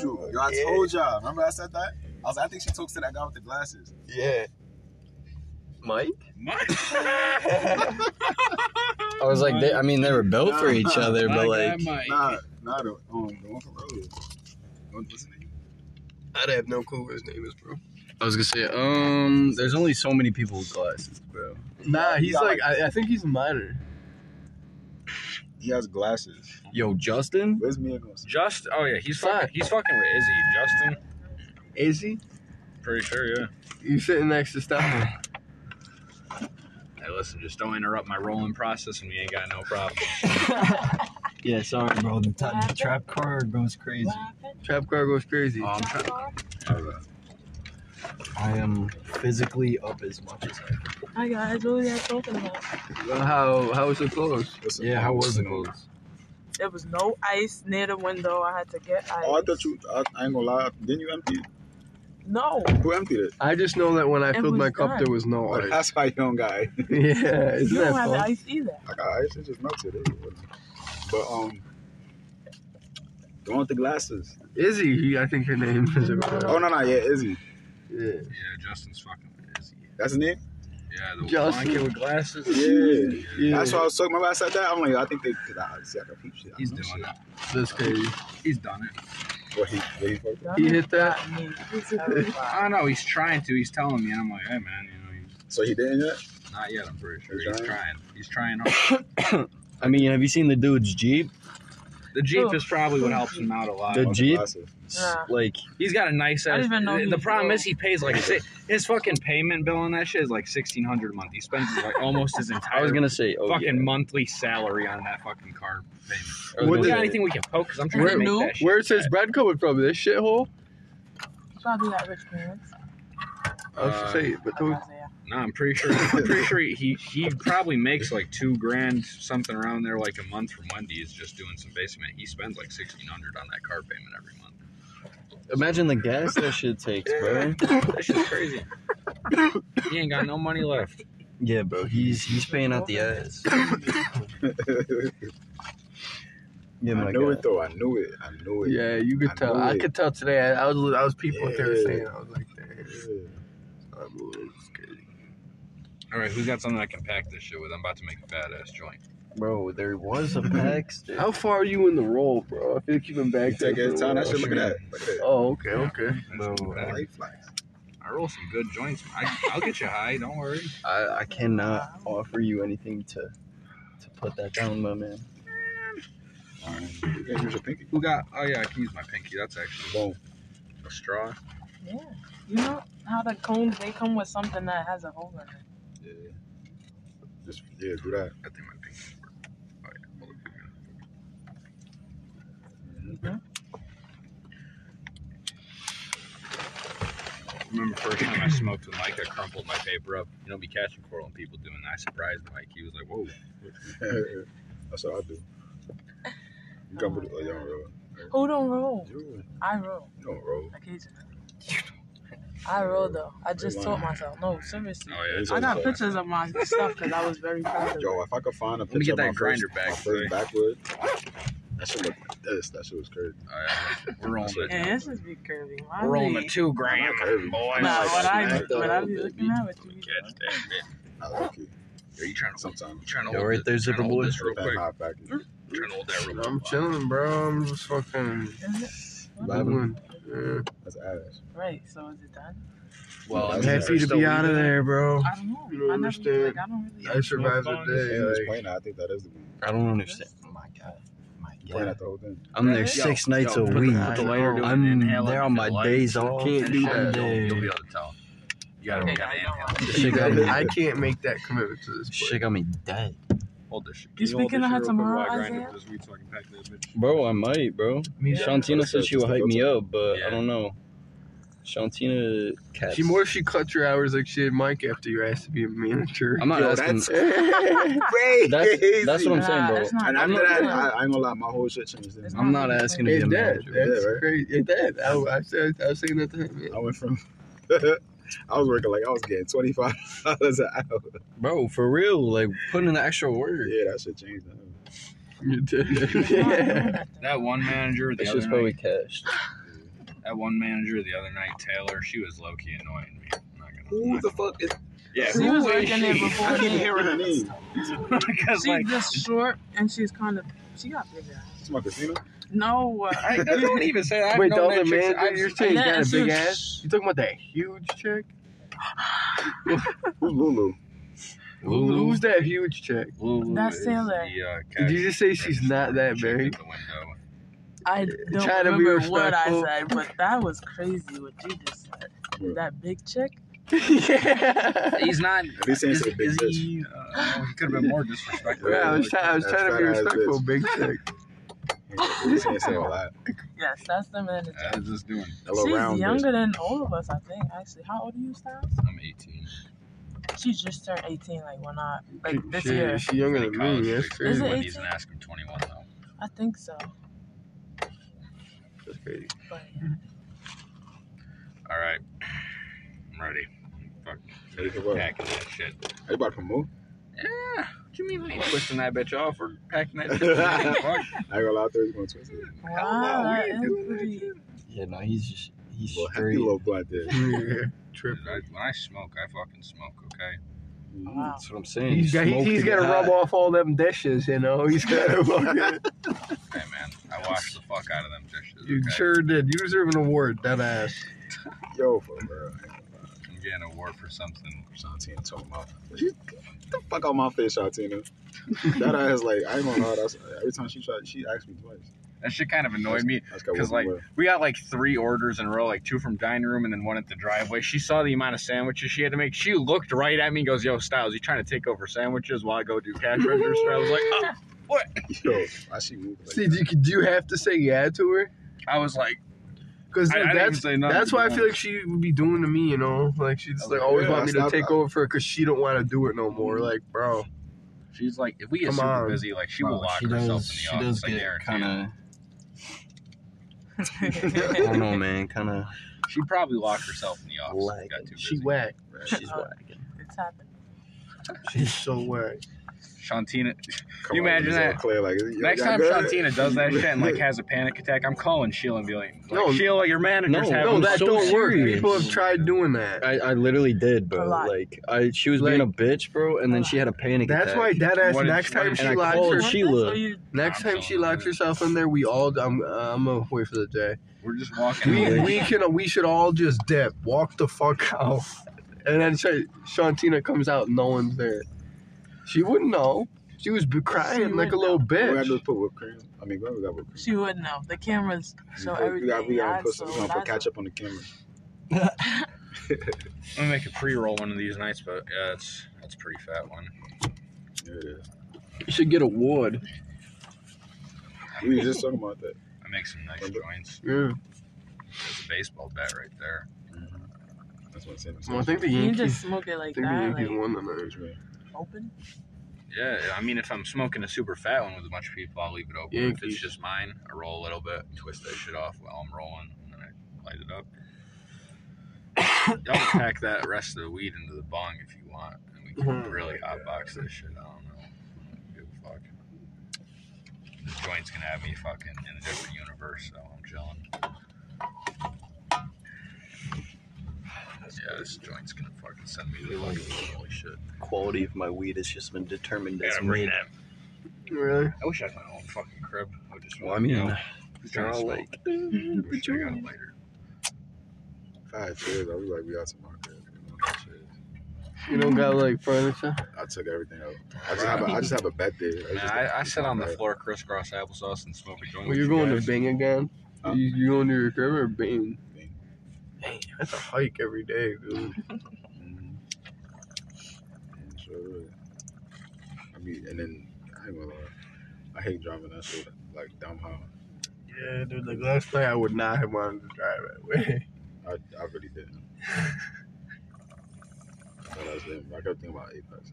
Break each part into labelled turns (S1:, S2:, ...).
S1: Yo, I told y'all. Remember I said that? I was. like, I think she talks to that guy with the glasses.
S2: Yeah. Mike?
S3: Mike.
S2: I
S4: I was like, they, I mean, they were built for
S1: Nah.
S4: each other,
S3: My
S4: but
S3: guy,
S4: like,
S3: Mike.
S1: Nah, nah, the um, the one from earlier. What- What's his name?
S2: have no clue what his name is, bro.
S4: I was gonna say, um, there's only so many people with glasses, bro.
S2: Nah, he's
S1: Yeah,
S2: like, I, I think he's minor.
S1: He has glasses.
S4: Yo, Justin,
S1: Where's Mia Gomez?
S3: Just oh yeah, he's
S2: Fuck.
S3: fucking he's fucking with Izzy. Justin,
S2: Is he?
S3: pretty sure, yeah.
S2: You sitting next to Stefan.
S3: Hey, listen, just don't interrupt my rolling process, and we ain't got no problem.
S4: Yeah, sorry, bro. The,
S5: ta- the trap
S4: car goes crazy. Um,
S5: What happened?
S2: Trap car goes crazy.
S3: Oh, I'm trying.
S4: I am physically up as much as I can.
S5: Hi guys, what were you talking about?
S2: how how was it close?
S4: Yeah, how was it? Goals?
S5: There was no ice near the window. I had to get ice.
S1: Oh, I thought you. I, I ain't gonna lie. Didn't you empty? it?
S5: No.
S1: Who emptied it?
S2: I just know that when I
S5: It
S2: filled
S5: was
S2: my cup,
S5: done.
S2: there was no ice.
S1: That's why you don't got it.
S2: yeah, isn't
S5: You don't
S2: that
S5: have
S2: fun?
S5: ice either.
S1: I got ice. It just melted. It wasn't- But um, the one with the glasses.
S2: Izzy, he- I think her name is.
S1: Oh no, no, yeah, Izzy.
S2: Yeah.
S3: Yeah, Justin's fucking with Izzy.
S1: That's his name.
S3: Yeah, the
S2: Justin.
S3: blonde kid with glasses.
S1: Yeah.
S2: yeah,
S1: That's why I was talking. Remember I said that? I'm like, I think they. Cause I, see, I can peep shit. I
S3: He's
S1: know
S3: doing
S1: shit.
S3: it.
S2: that's crazy.
S3: He's done it.
S1: What he? What he fucked
S2: He hit that.
S5: I mean, it's terrifying.
S3: I don't know. He's trying to. He's telling me, and I'm like, hey man, you know, he's
S1: up? So he didn't yet.
S3: not yet. I'm pretty sure
S1: He's
S3: he's
S1: trying?
S3: trying. He's trying. hard.
S4: I mean, have you seen the dude's Jeep?
S3: The jeep is probably what helps him out a lot.
S4: The
S1: One with
S4: Jeep?
S1: Oh, glasses.
S5: Nah.
S4: Like,
S3: He's got a nice
S5: I
S3: ass.
S5: didn't even know
S3: the,
S5: he
S3: the
S5: was
S3: problem
S5: broke.
S3: is he pays like si his fucking payment bill on that shit is like sixteen hundred a month. He spends like almost his entire
S4: I was gonna say, oh,
S3: fucking
S4: yeah.
S3: monthly salary on that fucking car payment.
S4: I
S2: What
S3: we
S4: was gonna
S2: the-
S3: got
S4: say-
S3: anything we can poke? Because I'm trying
S2: Where-
S3: to make
S5: no.
S3: that shit.
S2: Where's his bread coming from? This shithole?
S5: Probably got rich parents.
S2: I was gonna
S4: Uh,
S2: say, but those,
S5: Isaiah.
S3: No, I'm pretty sure. I'm pretty sure he he probably makes like two grand something around there like a month from Wendy's just doing some basement. He spends like sixteen hundred on that car payment every month.
S4: Imagine the gas that shit takes, bro.
S3: That shit's crazy. he ain't got no money left.
S4: Yeah, bro. He's he's paying out the ass. Yeah,
S1: I
S4: my
S1: knew it
S4: God.
S1: though. I knew it. I knew it.
S2: yeah, you
S1: I
S2: could tell.
S1: know
S2: I
S1: it.
S2: could tell today. I, I was I was people yeah.
S1: Yeah.
S2: saying. I was like, damn,
S1: Yeah.
S2: I'm a little scared.
S3: All right, who's got something I can pack this shit with? I'm about to make a badass joint.
S4: bro. There was a text.
S2: How far are you in the role, bro? I feel like you've been
S1: You
S2: back there.
S1: take his
S2: for a
S1: time. That
S2: while.
S1: shit. Look at that. Look at that.
S2: Oh, okay, okay.
S4: bro. I,
S1: Light flags.
S3: I roll some good joints. I, I'll get you high. Don't worry.
S4: I I cannot offer you anything to to put that down, my man.
S1: All right. You can use your pinky.
S3: Who got? Oh yeah, I can use my pinky. That's actually
S1: Boom.
S3: a straw.
S5: Yeah. You know how the cones they come with something that has a hole in it.
S1: Yeah. Just yeah, do that.
S3: I think my pinky. Oh, yeah. hold on. Remember first time I smoked with Mike, I crumpled my paper up. You don't be catching coral and people doing that. I surprised Mike. He was like, "Whoa,
S1: That's what I do. You come with oh, you don't roll.
S5: Who don't roll?
S1: You
S5: I roll
S1: don't roll.
S5: occasionally. I roll though. I just taught myself. No, seriously.
S3: oh yeah." it's
S1: I
S5: I
S3: okay.
S5: got pictures of my stuff because I was very proud of it.
S1: Yo, if I could find a picture
S3: me get
S1: of
S3: that
S1: my
S3: grinder
S1: first,
S3: back,
S1: my first backwood, that shit looked like this. That shit was crazy.
S3: Oh, yeah. We're rolling.
S5: And
S3: the-
S5: this is be curvy. Why
S3: We're rolling the
S5: me?
S3: two gram,
S1: Curvy.
S3: boy.
S1: I'm
S5: Nah,
S1: like,
S5: what I
S1: smack
S5: be, what
S1: that
S5: I
S1: little
S5: be
S1: bit.
S5: looking at with you.
S3: Catch that bit.
S1: I like it.
S3: Are you trying to
S1: Sometimes.
S3: You trying to
S4: Yo,
S3: hold
S4: right
S3: this-
S4: there,
S3: trying to
S4: Zipper
S3: hold
S4: Boy.
S3: this real
S1: That
S3: quick.
S1: high package.
S3: Trying to hold that real quick.
S2: I'm chilling, bro. I'm just fucking
S5: Is it?
S2: living. Yeah.
S1: That's ass.
S5: Right, so is it done?
S3: Well,
S1: I'm
S3: I mean,
S1: happy
S2: Happy
S3: there's
S2: to
S3: still
S2: be out of
S3: weed in it.
S2: there, bro.
S5: I don't know.
S2: You don't
S5: I never,
S2: understand.
S5: Like, I don't really.
S2: I survived the
S1: Hey, was
S2: day. Like,
S1: playing, I think that is the one.
S4: I don't understand. Oh My God. My
S1: Playing
S4: God.
S1: at the whole thing.
S4: I'm there
S5: Yo,
S4: six
S3: yo,
S4: nights
S3: put
S4: a
S3: the-
S4: week.
S3: put the lighter down
S4: I'm
S3: and inhale
S4: there
S3: it
S4: on
S3: and
S4: my
S3: the light.
S4: days off.
S2: Can't do that.
S4: and shit.
S3: You'll be able to tell. You gotta, you
S5: Okay,
S3: gotta
S5: I know.
S3: inhale.
S4: Shit got me.
S2: I can't make that commitment to this. place.
S4: Shit got me dead.
S3: Hold this shit.
S5: You
S3: hold
S5: speaking
S3: this
S5: to
S3: shit real
S5: her
S3: quick
S5: tomorrow,
S3: while I grind
S5: Isaiah?
S3: up this weed so I can pack this bitch?
S4: Bro, I might, bro.
S5: Yeah.
S4: Shantina said she would hype me up, but
S3: Yeah.
S4: I don't know. Shantina cats.
S2: She more if she cuts her hours like she did Mike after you asked to be a manager.
S4: I'm not
S1: Yo,
S4: asking.
S1: that's crazy.
S4: That's- that's what I'm saying,
S5: Nah,
S4: bro.
S5: it's not
S1: And
S5: done.
S1: after that, I, I ain't gonna lie, my whole shit changed.
S5: It's
S4: I'm not asking to be a
S2: it did.
S4: manager.
S2: That's
S1: Yeah, right?
S2: crazy. It did. I, I, said, I was saying that to him.
S1: I went from I was working like I was getting twenty five dollars an hour.
S4: Bro, for real, like putting in the extra work.
S1: Yeah, that shit changed. Now.
S2: You did.
S5: It's not done.
S3: That one manager, the
S4: That's
S3: other
S4: just
S3: night,
S4: probably cashed.
S3: that that one manager the other night, Taylor, she was low key annoying me. I'm not gonna- I'm
S1: Who
S3: not
S1: the
S3: gonna-
S1: fuck is?
S3: Yeah,
S5: She
S3: who is
S5: was working there
S3: she?
S5: before
S1: I keep
S5: me.
S1: hearing her name.
S3: 'Cause,
S5: She's
S3: like,
S5: just short and she's kind of she got big ass.
S1: It's my casino.
S5: No, uh,
S3: I, don't even say that. I've
S2: Wait, the
S3: known that
S2: other
S3: chick-
S2: man
S3: I've-
S2: you're saying
S5: Yeah,
S2: got a
S5: she
S2: big
S5: was-
S2: ass? You talking about that huge chick?
S1: Who's Lulu?
S3: Lulu.
S2: Who's that huge chick?
S3: Lulu
S5: That's
S3: is
S5: Taylor.
S3: The, uh,
S2: Did you just say
S3: cash
S2: she's not
S3: register
S2: that
S3: chick
S2: big?
S3: at the window.
S5: I don't
S2: Try to be
S5: remember what I
S2: respectful.
S5: said, but that was crazy what you just said.
S1: What?
S5: That big chick.
S2: yeah.
S3: He's not.
S1: They saying
S3: is,
S1: it's a big
S3: is
S1: bitch.
S3: he? Uh, he could have been more disrespectful.
S2: Yeah, I was, try- I was
S1: That's
S2: trying to be
S1: fat ass
S2: respectful,
S1: bitch.
S2: big chick.
S1: They saying it's a lot.
S5: Yes, that's the manager.
S3: I was just doing.
S1: A little
S5: She's
S1: round bitch.
S5: younger than all of us, I think. Actually, how old are you, Styles?
S3: I'm 18.
S5: She just turned 18, like when I like this
S2: she,
S5: year.
S2: She younger than
S3: College
S2: me. That's
S3: degree.
S5: Is
S2: crazy.
S5: it
S3: When he's
S5: 18?
S3: an ask him 21 though.
S5: I think so.
S2: That's crazy.
S5: But
S3: All right, I'm ready. Fuck,
S1: Ready for what?
S3: packing that shit.
S1: Are you about to promote?
S3: Yeah. What you mean? We ain't twisting that bitch off or packing that shit. Fuck.
S1: I ain't gonna lie, Thursday going to twist it.
S5: wow,
S3: no, we
S5: that
S3: ain't
S5: is
S3: doing that
S5: pretty.
S4: Yeah, no, he's just he's
S1: Well, happy
S4: straight.
S1: little blunt there.
S2: Yeah, trip.
S3: Dude, I, when I smoke, I fucking smoke. Okay.
S5: Wow.
S4: That's what I'm saying.
S2: He's got, he's, he's got to rub off all them dishes, you know. He's got to fucking.
S3: Hey man, I wash the fuck out of them dishes.
S2: You
S3: okay?
S2: sure did. You deserve an award, that ass.
S1: Yo, for real.
S3: I'm getting a war for something.
S1: Shantina talking about. She, get the fuck out my face, Shantina. that ass, like, I ain't gonna lie. That's, every time she tried, she asked me twice.
S3: That shit kind of annoyed me.
S1: I just got
S3: 'Cause,
S1: woken
S3: like, We got like three orders in a row, like two from dining room and then one at the driveway. She saw the amount of sandwiches she had to make. She looked right at me and goes, Yo, Styles, you trying to take over sandwiches while I go do cash register? I was like, oh.
S1: up. Yo, why she moved like
S2: See,
S1: that?
S2: do you, do you have to say yeah to her?
S3: I was like,
S2: Because
S3: I, I didn't even
S2: that's
S3: say nothing.
S2: that's why I feel like she would be doing to me, you know. Like she just like always
S1: Yeah,
S2: want me to
S1: that's not-
S2: take over for her because she don't want to do it no more. Like, bro,
S3: she's like, if we get
S2: Come
S3: super
S2: on.
S3: busy, like she will lock
S4: she
S3: herself
S4: does. She
S3: in the
S4: does
S3: office. I
S4: get
S3: guarantee
S4: kind
S3: it.
S4: of. I don't know, man. Kind of.
S3: She probably locked herself in the office. if
S4: Like,
S3: we got too
S2: she
S3: busy.
S2: whack.
S4: She's
S5: Oh.
S4: whacking.
S5: it's happening.
S2: She's so whack.
S3: Shantina,
S1: Come
S3: you
S1: on,
S3: imagine
S1: it's all
S3: that?
S1: Clear, like, yo,
S3: next
S1: y'all
S3: time
S1: good?
S3: Shantina does that shit and like has a panic attack, I'm calling Sheila and be like, like
S2: No.
S3: Sheila, your manager's
S4: No,
S3: having
S2: No, that
S4: so
S2: don't work.
S4: serious.
S2: People have tried doing that.
S4: I, I literally did,
S5: A
S4: bro.
S5: lot.
S4: Like I, she was being a bitch, bro, and then she had a panic
S2: That's why
S4: attack.
S2: dead ass.
S3: What did-
S2: Next
S3: what
S2: time
S3: did-
S2: Oh, she
S4: and I
S2: locks
S4: called
S2: her,
S4: her-
S5: What,
S4: Sheila.
S5: this? Or you-
S2: next
S3: I'm
S2: time she
S3: telling
S2: locks
S3: you.
S2: herself in there, we all. I'm I'm away for the day.
S3: We're just walking.
S2: We
S3: away.
S2: we can we should all just dip, walk the fuck out, and then Sh- Shantina comes out, no one's there. She wouldn't know. She was b- crying
S5: She
S2: like a
S5: would
S2: little
S5: know.
S1: We gotta
S2: bitch.
S1: just put whipped cream. I mean, we got whipped cream.
S5: She would know. The cameras show
S1: we
S5: everything.
S1: gotta, we gotta
S5: yeah,
S1: put,
S5: so
S1: some, we gonna put
S5: that's-
S1: ketchup on the camera.
S3: I'm gonna make a pre-roll one of these nights, but yeah, it's that's a pretty fat one.
S1: There it is.
S2: You should get a ward.
S1: We was just talking about that.
S3: I make some nice joints.
S2: Yeah.
S3: There's a baseball bat right there.
S1: That's what I'm saying.
S2: Well, I think the
S5: You can
S2: Yankees.
S5: just smoke it
S2: I
S5: like
S2: think the
S5: that,
S2: Yankees
S5: like
S2: won tonight.
S5: open.
S3: Yeah, I mean, if I'm smoking a super fat one with a bunch of people, I'll leave it open. If it's
S2: Yankees.
S3: just mine, I roll a little bit, twist that shit off while I'm rolling, and then I light it up. Y'all can pack that rest of the weed into the bong if you want, and we can
S2: Mhm.
S3: really hotbox this shit. I don't know. I don't give a fuck. This joint's gonna have me fucking in a different universe, so I'm chilling. Yeah, this joint's gonna fucking send me to the fucking holy shit.
S4: quality of my weed has just been determined as
S3: Gotta bring
S4: mid.
S3: that
S2: Really?
S3: I wish I had my own fucking crib. I would just
S4: Well, I mean,
S3: you know,
S4: they're
S3: trying to
S4: all
S3: smoke.
S4: like, eh,
S3: wish I got it later.
S1: Five chairs. I was like, we got some market. you know, five chairs.
S2: You don't got like furniture?
S1: I took everything out. I just have a, I just have a bet there.
S3: Man,
S1: just-
S3: I, I
S1: it's
S3: sit
S1: not
S3: on the
S1: bad.
S3: floor, crisscross applesauce, and smoke a joint.
S2: Well,
S3: with
S2: you're
S3: you
S2: going
S3: guys.
S2: to Bing again?
S1: Huh?
S2: You, you going to your crib or Bing?
S1: Bing.
S2: Dang, that's a hike every day, dude.
S1: Mhm. And Sure. I mean, and then I ain't gonna lie. I hate driving that shit like dumb how
S2: Yeah, dude. Like last night, I would not have wanted to drive that way.
S1: I, I really didn't. But I, was there. I kept thinking about Apex.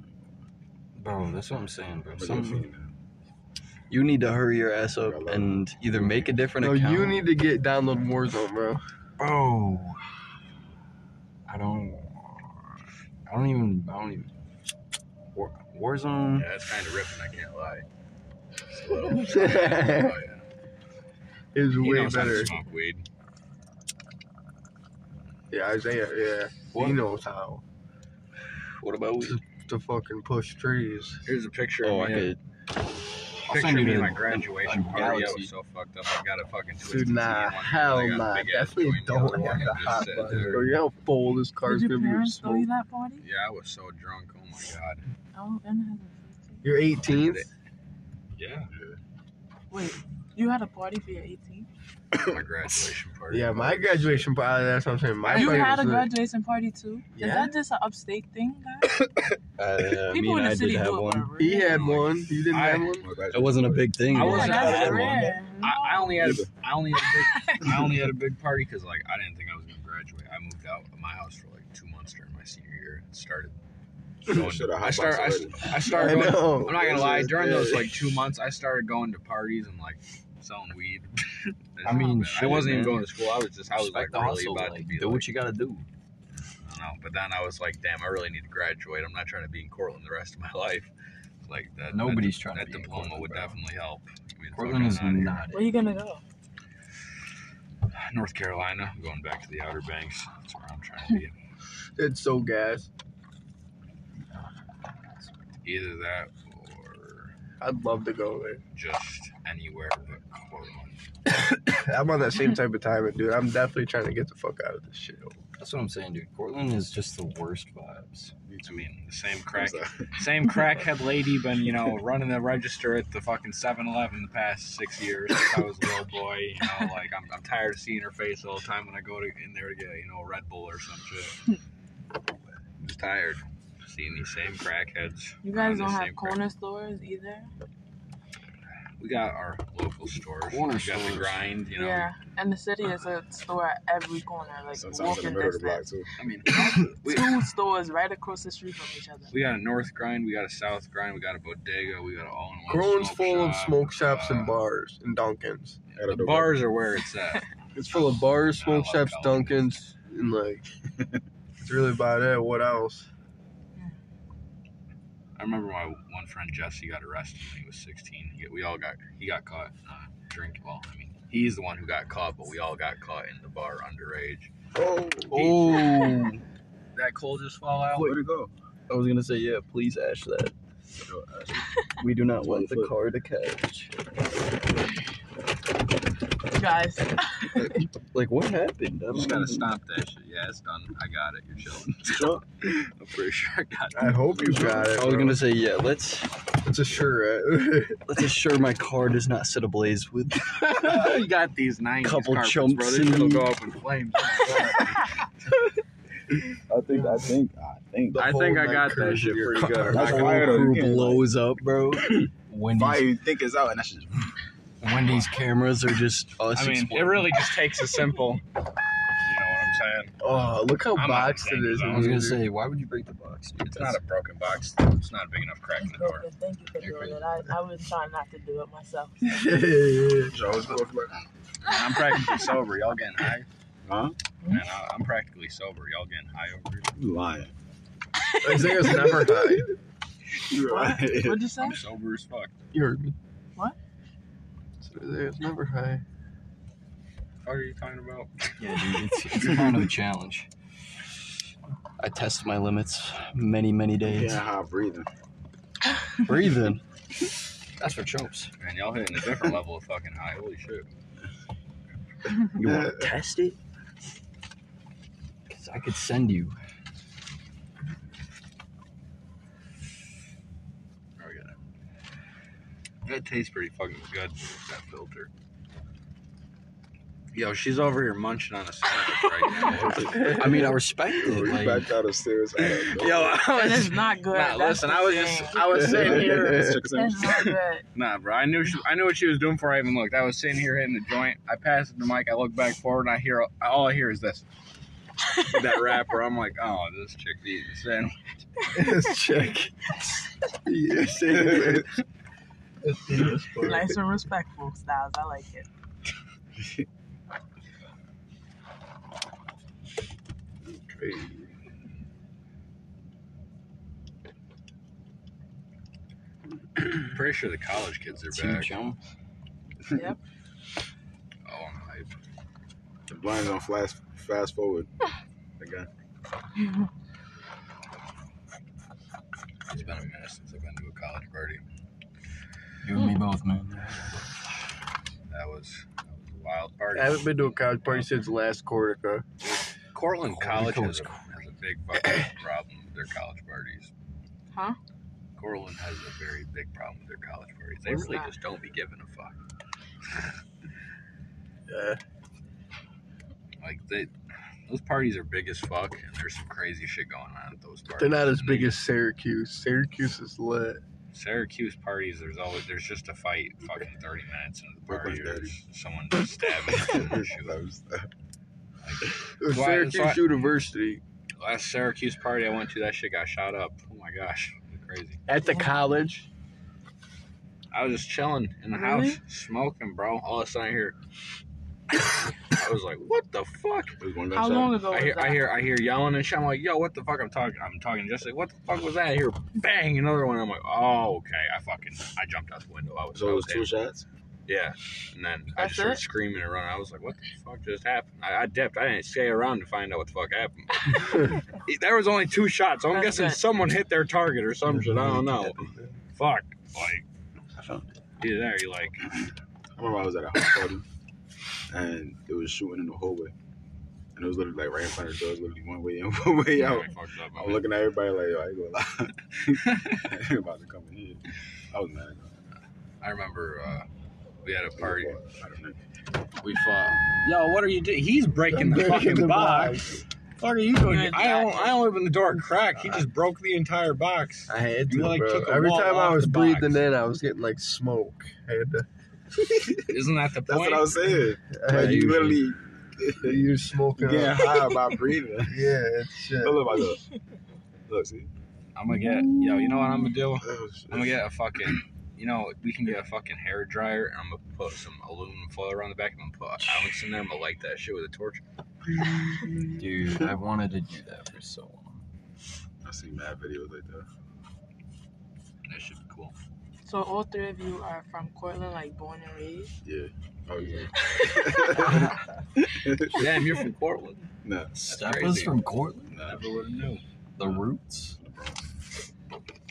S4: bro, that's what I'm saying,
S1: I'm
S4: bro.
S1: really
S4: Some,
S1: feeling that.
S4: you need to hurry your ass up and either make a different
S2: No,
S4: account.
S2: you need to get download Warzone, bro.
S4: bro. I don't. I don't even. I don't even. War, Warzone.
S3: Yeah, it's kind of ripping. I can't lie.
S2: it's
S3: He
S2: way
S3: Oh, knows how to
S2: better.
S3: smoke weed.
S2: Yeah, Isaiah. Yeah, he
S3: What?
S2: knows how
S3: What about we?
S2: to fucking push trees.
S3: Here's a picture.
S4: Oh,
S3: Oh,
S4: I
S3: of me.
S4: could. I'll
S3: Picture
S4: send you
S3: me at
S4: the-
S3: my graduation
S4: a
S3: party. I
S4: galaxy.
S3: was so fucked up. I got a fucking twisted
S2: Dude, nah,
S3: T in one
S2: hell
S3: hand, I got
S2: nah.
S3: a big ass
S2: Definitely
S3: joint in the
S2: don't
S3: other one,
S2: have
S3: and
S2: the
S3: just
S2: hot
S3: sat
S2: bus.
S3: there.
S2: Bro, you know how full this car's
S5: Did
S2: gonna
S5: your
S2: be with
S5: parents throw you
S2: smoke.
S5: that party?
S3: Yeah, I was so drunk. Oh my god.
S5: Oh, Anna has a birthday.
S2: You're 18th.
S3: Yeah.
S5: Wait, you had a party for your 18th?
S3: my graduation party.
S2: Yeah, my graduation party. That's what I'm saying. My
S5: you
S2: party
S5: had a
S2: was lit.
S5: graduation party too? Is
S2: Yeah.
S5: that just an upstate thing, guys?
S4: Uh, I
S5: People
S4: mean,
S5: in the
S4: I
S5: city
S4: did have
S5: do it.
S4: one.
S5: but
S2: He
S5: really?
S2: had one. You didn't
S3: I-
S2: have one.
S1: My bad.
S4: It wasn't a big thing.
S3: I
S4: but
S5: Yeah,
S3: wasn't-
S4: I
S5: that's
S4: had one.
S5: rare.
S3: I, I only had
S1: Either.
S3: I only had a big, I only had a big party because like I didn't think I was gonna graduate. I moved out of my house for like two months during my senior year and started. Going,
S1: Shoulda
S3: I
S1: hotboxed
S3: start I,
S1: already.
S3: I started. Going,
S2: know.
S3: I'm not gonna lie. During
S2: Yeah.
S3: those like two months, I started going to parties and like selling weed.
S4: I mean,
S3: I
S4: shit,
S3: wasn't even
S4: man.
S3: going to school. I was just I was like
S4: Respect the
S3: really
S4: hustle,
S3: about to
S4: like,
S3: be
S4: do
S3: like,
S4: what you gotta do.
S3: I don't know. But then I was like, damn, I really need to graduate. I'm not trying to be in Cortland the rest of my life. Like that.
S4: Nobody's
S3: that,
S4: trying to
S3: That
S4: be in
S3: diploma
S4: Cortland,
S3: would
S4: bro.
S3: definitely help. I mean,
S4: Portland
S3: fuck,
S4: is
S3: I'm outta here.
S4: not.
S5: Where you gonna go?
S3: North Carolina. I'm going back to the Outer Banks. That's where I'm trying to be.
S2: It's so gas.
S3: Either that or
S2: I'd love to go there.
S3: just anywhere but Portland.
S2: I'm on that same type of timing, dude. I'm definitely trying to get the fuck out of this shit.
S4: That's what I'm saying, dude. Portland is just the worst vibes.
S3: I mean, the same crack, same crackhead lady been you know running the register at the fucking 7-Eleven the past six years since I was a little boy. You know, like I'm, I'm tired of seeing her face all the time when I go to in there to get you know a Red Bull or some shit. I'm just tired. of Seeing these same crackheads.
S5: You guys
S3: running the same
S5: don't
S3: crack-
S5: have corner stores either?
S3: We got our local stores. we
S4: Corner
S3: got
S4: stores.
S3: the grind. You know,
S5: yeah, and the city is a store at every corner, like
S1: Sometimes in the
S5: walking
S1: middle of the block
S5: distance.
S1: too.
S3: I mean, we,
S5: Two stores right across the street from each other.
S3: We got a north grind, we got a south grind, we got a bodega, we got an all in one.
S2: Grown's full of smoke shops and bars and Dunkins.
S1: Out of
S3: uh, The
S1: the
S3: bars are where it's at.
S2: It's full of bars,
S3: I
S2: smoke
S3: love
S2: shops,
S3: Dunkin'.
S2: Dunkins, and like. It's really about it. What else?
S3: I remember my one friend Jesse got arrested when he was 16. He, we all got he got caught uh, drinking. Well, I mean, he's the one who got caught, but we all got caught in the bar underage.
S1: Oh,
S2: Oh,
S3: That coal just fall out.
S1: where'd it go?
S4: I was gonna say, yeah, please ash that. We do not want the
S1: Twenty
S4: car to catch.
S5: Guys,
S4: Like, what happened? I
S3: You
S4: don't
S3: just gotta
S4: even-
S3: stop that shit. Yeah, it's done. I got it. You're chilling.
S1: Sure.
S3: I'm pretty sure I got it.
S2: I hope you got it.
S4: I was
S2: bro.
S4: gonna say, yeah. Let's
S2: It's a sure.
S4: let's assure my car does not set ablaze with.
S3: you got these 90s
S4: Couple
S3: carpets,
S4: chumps
S3: bro. This
S4: in-
S3: shit'll go up in flames.
S1: I think, I think, I think.
S3: I
S2: whole
S3: think I
S2: night
S3: got that
S2: crash
S3: shit
S2: your
S3: pretty
S2: car.
S3: good.
S1: That's
S4: My whole
S1: fire though, you
S4: crew
S1: can't, like-
S4: blows up, bro. Wendy's,
S1: you think it's out and that's just
S4: Wendy's cameras are just us.
S3: I mean, it
S4: exploding.
S3: really just takes a simple. You know what I'm saying?
S2: oh, look how
S3: I'm not
S2: boxed it is.
S3: saying
S4: I was gonna
S2: dude.
S4: say, why would you break the box? Dude?
S3: It's
S4: That's-
S3: not a broken box. It's not a big enough crack in the door.
S5: Brooklyn, thank you for
S3: You're
S5: doing it. I, I was trying not to do it myself.
S1: Joe's book, like,
S3: Man, I'm practically sober. Y'all getting high?
S1: huh?
S3: Man, I- I'm practically sober. Y'all getting high over here?
S1: You lying.
S2: Isaiah's never high.
S1: You
S5: What?
S1: lying.
S5: What'd you say?
S3: I'm sober as fuck.
S2: You heard me.
S5: What?
S2: So Isaiah's never high.
S3: What are you talking about?
S4: Yeah, dude, it's, it's kind of a challenge. I test my limits many, many days.
S1: Yeah, high breathing.
S4: Breathing. That's for chumps.
S3: Man, y'all hitting a different level of fucking high. Holy shit.
S4: You want to test it? Because I could send you.
S3: Oh, we got it. That tastes pretty fucking good. That filter. Yo, she's over here munching on a sandwich right
S4: I mean, I respect
S1: Yo,
S4: it.
S1: you
S4: Like,
S1: backed out of stairs.
S3: now. Yo, I
S5: And
S3: was
S5: it's not good.
S3: Nah,
S5: that's
S3: listen,
S5: the
S3: I was
S5: thing.
S3: just I was sitting here.
S5: It's not good.
S3: Nah, bro. I knew she, I knew what she was doing before I even looked. I was sitting here hitting the joint. I passed the mic. I look back forward, and I hear all I hear is this. that rapper. I'm like, oh, this chick's eating a sandwich.
S2: Let's check. Yes, it is.
S5: Nice and respectful, Styles. I like it.
S3: Pretty sure the college kids are
S4: two
S3: back.
S4: chumps.
S5: Yep.
S3: Oh, I'm hyped.
S1: The blinds on flash, fast forward. again.
S3: It's been a minute since I've been to a college party.
S4: You and me both, man.
S3: That was, that was a wild party.
S2: I haven't been to a college party since last quarter, huh?
S3: Cortland College
S4: Holy
S3: has a, has a big fucking problem with their college parties.
S5: Huh?
S3: Cortland has a very big problem with their college parties. They
S5: What's
S3: really
S5: that?
S3: just don't be giving a fuck.
S2: Yeah.
S3: Like they, those parties are big as fuck, and there's some crazy shit going on at those parties.
S2: They're not as
S3: And
S2: big
S3: they-
S2: as Syracuse. Syracuse is lit.
S3: Syracuse parties. There's always there's just a fight. Fucking thirty minutes into the
S1: Brooklyn's
S3: party, there's someone stabbing. each other and shooting.
S2: It was
S3: So I- so
S2: Syracuse
S3: I-
S2: University.
S3: Last Syracuse party I went to, that shit got shot up. Oh my gosh, crazy.
S2: At the college.
S3: I was just chilling in the
S5: Really?
S3: house, smoking, bro. All of a sudden, I hear. I was like, "What the fuck?"
S5: How long ago
S3: I
S5: was
S3: hear,
S5: that?
S3: I hear, I hear yelling and shit. I'm like, "Yo, what the fuck?" I'm talking. I'm talking just like, "What the fuck was that?" I hear bang, another one. I'm like, "Oh, okay." I fucking, I jumped out the window. I was
S1: So it was
S3: so
S1: two
S3: damn-
S1: shots.
S3: Yeah, and then I
S5: That's
S3: just started
S5: it?
S3: screaming and running. I was like, "What the fuck just happened?" I, I dipped. I didn't stay around to find out what the fuck happened. there was only two shots. So I'm
S5: That's
S3: guessing
S5: good.
S3: someone hit their target or some shit. I don't know. Fuck, like
S4: I found it.
S3: either that or you like.
S1: I remember I was at a house party and it was shooting in the hallway. And it was literally like right in front of the door, it was literally one way in, one way out.
S3: I fucked up.
S1: I'm looking at everybody like, yo, I ain't gonna lie. I ain't about to come in here. I was mad.
S3: I remember uh, we had a party.
S1: I don't know.
S3: We fought. Yo, what are you doing? He's breaking the fucking box. Fuck are you doing?
S5: Good
S3: I don't.
S5: God.
S3: I don't open the door crack. He just broke the entire box.
S2: I had
S3: You
S2: to.
S3: like
S2: bro.
S3: kick a
S2: Every
S3: wall
S2: time I
S3: off
S2: was
S3: the
S2: breathing
S3: box.
S2: in, I was getting like smoke. I had to.
S3: Isn't that the
S1: That's
S3: point?
S1: what I was saying.
S2: I
S1: Like,
S2: had
S1: you
S2: to-
S1: literally
S2: you smoking?
S1: getting
S2: Yeah.
S1: high by breathing. Look,
S2: Yeah. It's shit.
S1: look, look, look. Look, see?
S3: I'm gonna get. Yo, you know what I'm gonna do?
S1: Oh, shit.
S3: I'm gonna get a fucking. You know, we can get a fucking hair dryer, and I'm gonna put some aluminum foil around the back, and I'm gonna put an ounce in there. I'm gonna light that shit with a torch.
S4: Dude, I wanted to do that for so long.
S1: I've seen mad videos like that.
S3: That should be cool.
S5: So all three of you are from Cortland, like born and raised.
S1: Yeah. Oh, yeah.
S3: Damn, you're from Portland.
S1: Nah.
S4: Step was
S3: crazy.
S4: from Cortland.
S1: Nah.
S3: Never would have knew.
S4: The roots.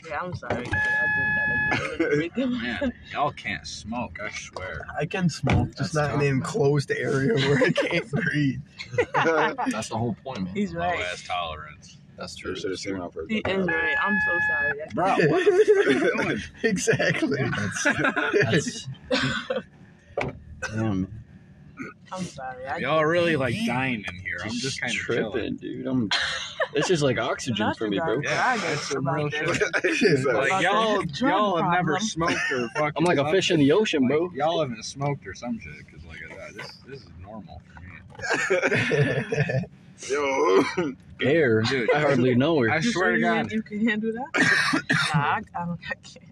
S5: Yeah, I'm sorry. I just gotta get rid of
S3: Man, y'all can't smoke. I swear.
S2: I can smoke,
S4: That's
S2: just not in
S4: tough.
S2: an enclosed area where I can't breathe.
S5: it.
S4: That's the whole point, man.
S5: He's
S3: Low
S5: right.
S3: ass tolerance.
S4: That's true.
S1: You should have seen my first
S5: He is right. I'm so sorry. That's
S3: Bro,
S2: exactly.
S4: That's, that's, damn, man.
S5: I'm sorry. I
S3: y'all really like dying in here. I'm just kind of
S4: tripping,
S3: chilling.
S4: dude. I'm. This is like oxygen for me, bro.
S3: Yeah, that's some real shit.
S5: About
S3: Like y'all,
S5: that drug
S3: y'all have never
S5: problem.
S3: smoked or fucking.
S4: I'm like a fish in the ocean,
S3: Like,
S4: bro.
S3: y'all haven't smoked or some shit because like uh, this, this is normal for me.
S1: Yo.
S4: Air.
S3: Dude.
S4: I hardly know her.
S3: I swear
S5: You sure
S3: to
S5: you
S3: God,
S5: can- you can handle that? nah, I, I, don't- I can't.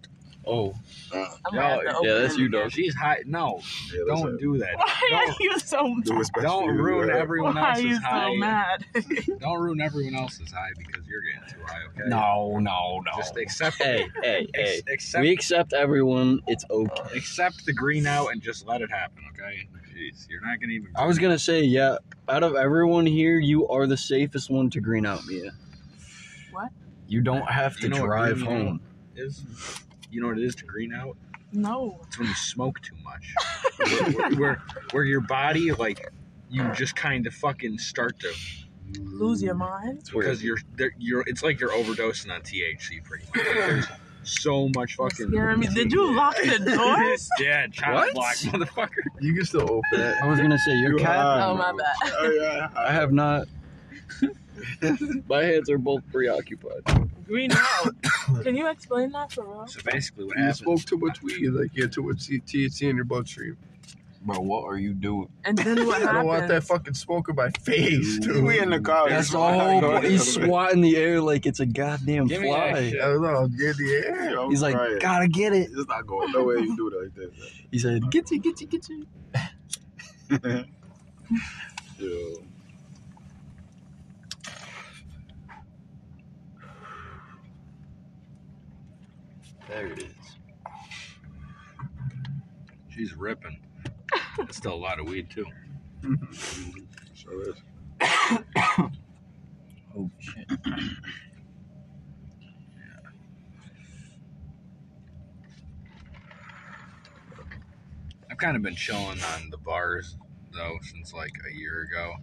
S4: Oh,
S5: I'm
S3: Yo,
S5: gonna have to
S3: yeah,
S5: open
S4: that's
S5: it
S4: you,
S5: again.
S4: dog.
S3: she's high. No,
S1: Yeah, that's
S3: don't
S1: it.
S3: do that.
S5: Why are
S3: Don't,
S5: you so mad?
S1: Do what's best
S3: don't
S1: for you,
S3: ruin
S1: right?
S3: everyone
S5: Why are you
S3: else's high.
S5: so mad?
S3: Don't ruin everyone else's high because you're getting too high. Okay.
S4: no, no, no.
S3: Just accept.
S4: Hey, hey, hey.
S3: Ex- accept.
S4: we accept everyone. It's okay.
S3: accept the green out and just let it happen. Okay. Jeez, you're not gonna even.
S4: I was gonna say, yeah. Out of everyone here, you are the safest one to green out, Mia.
S5: What?
S4: You don't have to
S3: You know what
S4: drive
S3: green
S4: home.
S3: Is you know what it is to green out?
S5: No.
S3: It's when you smoke too much. where, where- where, where your body, like, you just kind of fucking start to
S5: Lose your mind?
S4: It's weird.
S3: because you're there- you're. It's like you're overdosing on THC, pretty much. Like, there's so much
S5: You're
S3: fucking.
S5: scaring me. Did you lock the doors?
S3: yeah, child
S4: What?
S3: block, motherfucker.
S2: You can still open it.
S4: I was gonna say your
S1: You
S4: cat.
S1: are-
S5: Oh, my bad.
S1: Oh, yeah.
S4: I have not. My hands are both preoccupied.
S5: Green out. Can you explain that for real?
S3: So basically, what
S2: You
S3: happens?
S2: smoke too much weed, like you have too much THC in your bloodstream.
S4: Bro, what are you doing?
S5: And then what
S2: I don't want that
S5: happened?
S2: fucking smoke in my face, dude.
S1: We in the car.
S4: That's the
S1: You're
S4: whole
S1: smiling.
S4: point. He's swatting the air like it's a goddamn
S3: Give me that
S4: fly.
S2: I don't know. I'm getting the air.
S1: Yeah, I'm
S4: He's like,
S1: crying.
S4: gotta get it.
S1: It's not going nowhere you do it like that.
S4: He said, get you, get you, get you.
S1: Yo.
S4: There it is.
S3: She's ripping. That's still a lot of weed too.
S1: Sure is.
S3: kind of been chilling on the bars though since like a year ago.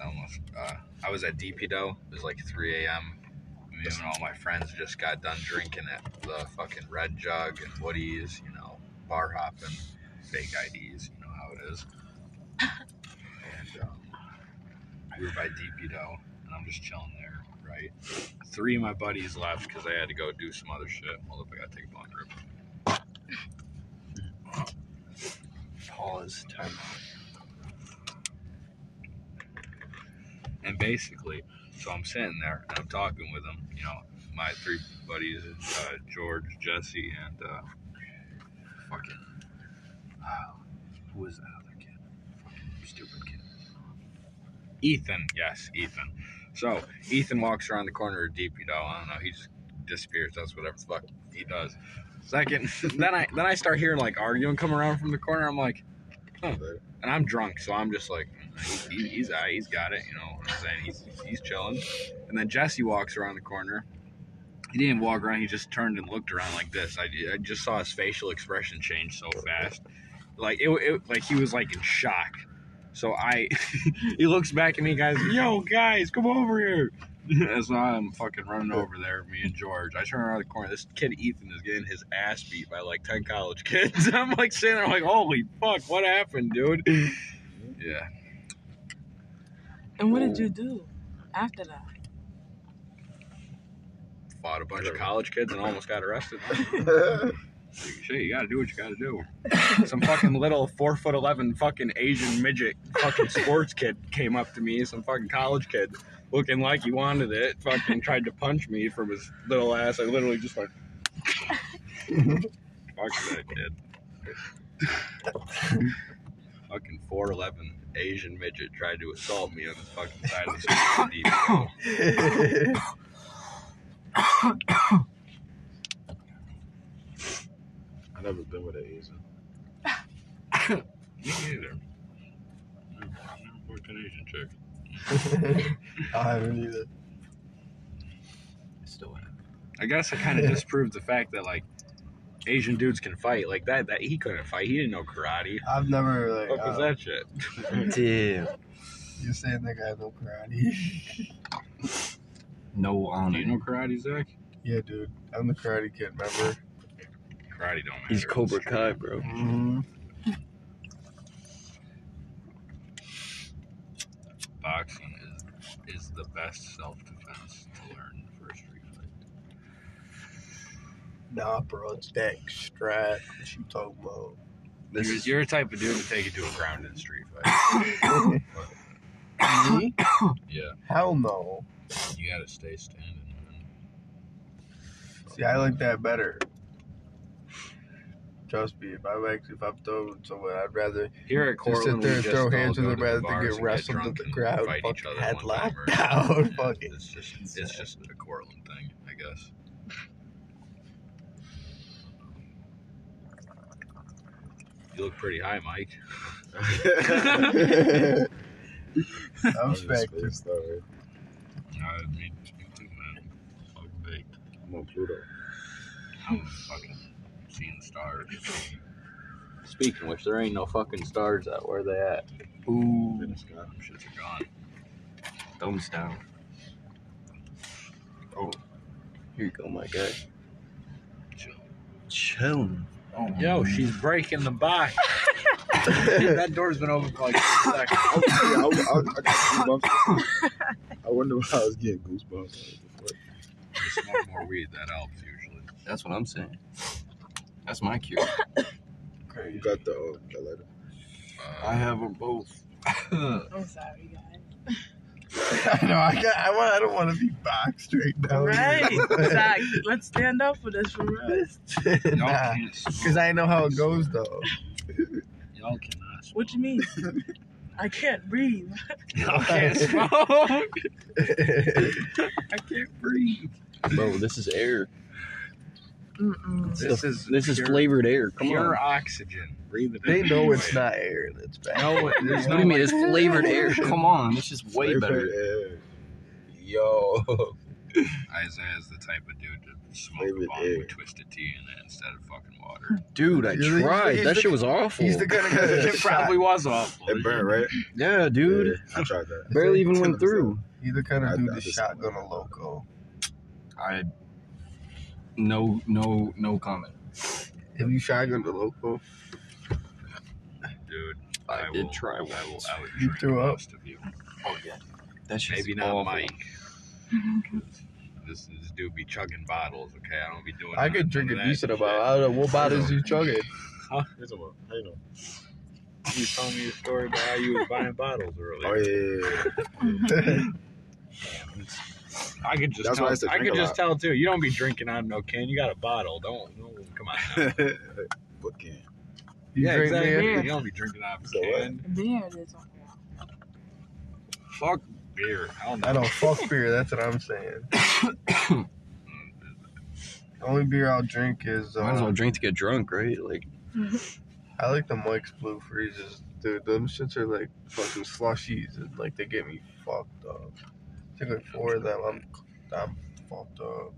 S3: I almost uh, I was at DPDO. It was like 3 a.m. Me and all my friends just got done drinking at the fucking Red Jug and Woody's. You know, bar hopping, fake IDs. You know how it is. And um, we were by DPDO, and I'm just chilling there. Right, three of my buddies left because they had to go do some other shit. Hold up, I gotta take a bong rip.
S4: Pause. Time.
S3: And basically, so I'm sitting there and I'm talking with them, you know, my three buddies, uh, George, Jesse, and uh, fucking, uh, who was that other kid? Fucking stupid kid. Ethan, yes, Ethan. So Ethan walks around the corner of DP Doll. I don't know. He just disappears. That's whatever the fuck he does. Second, then I then I start hearing like arguing come around from the corner. I'm like, and I'm drunk, so I'm just like, mm, he, he, he's out, he's got it, you know what I'm saying? He's, he's chilling. And then Jesse walks around the corner. He didn't walk around, he just turned and looked around like this. I, I just saw his facial expression change so fast. Like, it, it like he was like in shock. So I, he looks back at me, guys, yo, guys, come over here. And so I'm fucking running over there, me and George. I turn around the corner. This kid Ethan is getting his ass beat by like ten college kids. I'm like sitting there, like, holy fuck, what happened, dude? Yeah,
S5: And what did you do after that?
S3: fought a bunch of college kids and almost got arrested. Shit, you gotta do what you gotta do. Some fucking little four foot eleven fucking Asian midget fucking sports kid came up to me, some fucking college kid, looking like he wanted it, fucking tried to punch me from his little ass. I literally just went Fuck that kid. fucking four eleven Asian midget tried to assault me on the fucking side of the street.
S1: I never been with an Asian.
S3: Me neither. Never fucked an Asian chick.
S2: I haven't either.
S4: Still haven't.
S3: I guess I kind of disproved the fact that like Asian dudes can fight like that. That he couldn't fight. He didn't know karate.
S2: I've never like.
S3: What was
S2: uh,
S3: that shit?
S4: Damn.
S2: You're saying that guy no karate?
S4: No honor.
S3: Do you know karate, Zach?
S2: yeah, dude. I'm the karate kid. Remember?
S3: Karate don't matter.
S4: He's Cobra Kai, bro.
S2: Mm-hmm.
S3: Boxing is is the best self defense to learn for a street fight.
S2: Nah, bro. It's that strap. What you talking about?
S4: This
S3: you're,
S4: is
S3: you're a type of dude to take it to a grounded street fight.
S2: Me?
S3: yeah,
S2: Hell no.
S3: you gotta stay standing. Man.
S2: See, I like that better. Trust me, if I'm actually if I'm throwing someone, I'd rather
S3: Here at
S2: just sit
S3: Cortland,
S2: there
S3: we
S2: and
S3: just
S2: throw hands
S3: all
S2: with
S3: go
S2: them rather
S3: to the bars
S2: than
S3: and
S2: get wrestled to
S3: drunk
S2: the
S3: and
S2: ground,
S3: fight each
S2: fucking
S3: other one time
S2: headlocked
S3: or
S2: down,
S3: another.
S2: fucking.
S3: It's just, it's just a Cortland thing, I guess. You look pretty high, Mike.
S2: I'm
S1: I'm just
S2: spectacular.
S1: spaced out, right?
S3: I mean, you too, man. Fucking baked.
S1: I'm on Pluto.
S3: I'm fucking seeing stars. Speaking of which, there ain't no fucking stars out. Where they at?
S1: In
S4: ooh,
S1: the sky.
S3: Them shits are gone.
S4: thumbs down. Oh, here you go, my guy.
S3: Chill.
S4: Chilling.
S3: Yo, she's breaking the box. that door's been open for like two seconds.
S1: I, I, I, I got goosebumps. I wonder why I was getting goosebumps.
S3: Just smoke more weed. That helps usually.
S4: That's what I'm saying. That's my cue.
S1: You got the, uh, the letter.
S3: Uh,
S4: have them both. I
S5: I'm sorry, guys.
S2: I know. I got. I want. I don't want to be boxed right now.
S5: Right, Zach. Let's stand up for this for real.
S3: y'all
S2: nah,
S3: can't smoke.
S2: because I know how it goes though.
S3: Y'all cannot smoke.
S5: What you mean? I can't breathe.
S3: Y'all can't smoke. I can't breathe.
S4: Bro, this is air.
S5: Mm-mm.
S4: This
S3: This is
S4: This is
S3: pure-
S4: flavored air. Come
S3: pure
S4: on.
S3: oxygen. Breathe it.
S2: They
S3: in.
S2: know it's not air that's bad.
S3: No, it- there's
S4: What
S3: no
S4: do you mean? It's flavored air. Come on. This is way
S1: They
S4: better.
S1: play, uh,
S4: Yo.
S3: Isaiah's the type of dude to smoke
S1: Leave
S3: a
S1: it
S3: bomb
S1: there.
S3: with twisted tea in it instead of fucking water.
S4: Dude, I
S1: He's the-
S4: tried.
S1: he's
S4: that
S1: the-
S4: shit was awful.
S1: He's the kind of guy that gets
S3: it probably
S1: shot.
S3: was awful.
S1: It burned, right?
S4: yeah, dude.
S1: Yeah, I tried that.
S4: Barely even went through.
S2: He's the kind
S1: I-
S2: of
S1: I
S2: dude that
S1: just-
S2: shotgun a loco.
S4: I no no no comment.
S2: Have you shotgunned a loco?
S3: Dude,
S4: I, did
S3: will,
S4: try one.
S3: I will out
S2: You
S3: drink
S2: threw up? Oh,
S3: most of you.
S4: That shit's
S3: Maybe not
S4: awful.
S3: Mike. This, this dude be chugging bottles, okay? I don't be doing
S2: I
S3: none-
S2: could drink
S3: none
S2: a
S3: of that
S2: decent
S3: shit.
S2: amount. I don't know what bottles you chugging.
S1: Here's a one. How you know?
S3: You was telling me the story about how you were buying bottles earlier.
S1: Oh, yeah, yeah, yeah.
S3: I could just
S1: That's
S3: tell.
S1: why I
S3: I,
S1: said drink
S3: could
S1: a
S3: just
S1: lot.
S3: tell too. You don't be drinking out of no can. You got a bottle. Don't. No, come on. Now.
S1: What can?
S2: You
S3: yeah,
S2: drink
S3: exactly.
S2: beer?
S3: You don't be drinking out of a
S1: So what?
S3: can.
S5: Beer they're talking about.
S3: Fuck beer. Hell no.
S2: I don't fuck beer. That's what I'm saying. The only beer I'll drink is
S4: Might as well
S2: um,
S4: drink to get drunk, right? Like
S5: Mm-hmm.
S2: I like the Mike's Blue Freezes, dude. Them shits are like fucking slushies, and like they get me fucked up. Took like four of them. I'm I'm fucked up.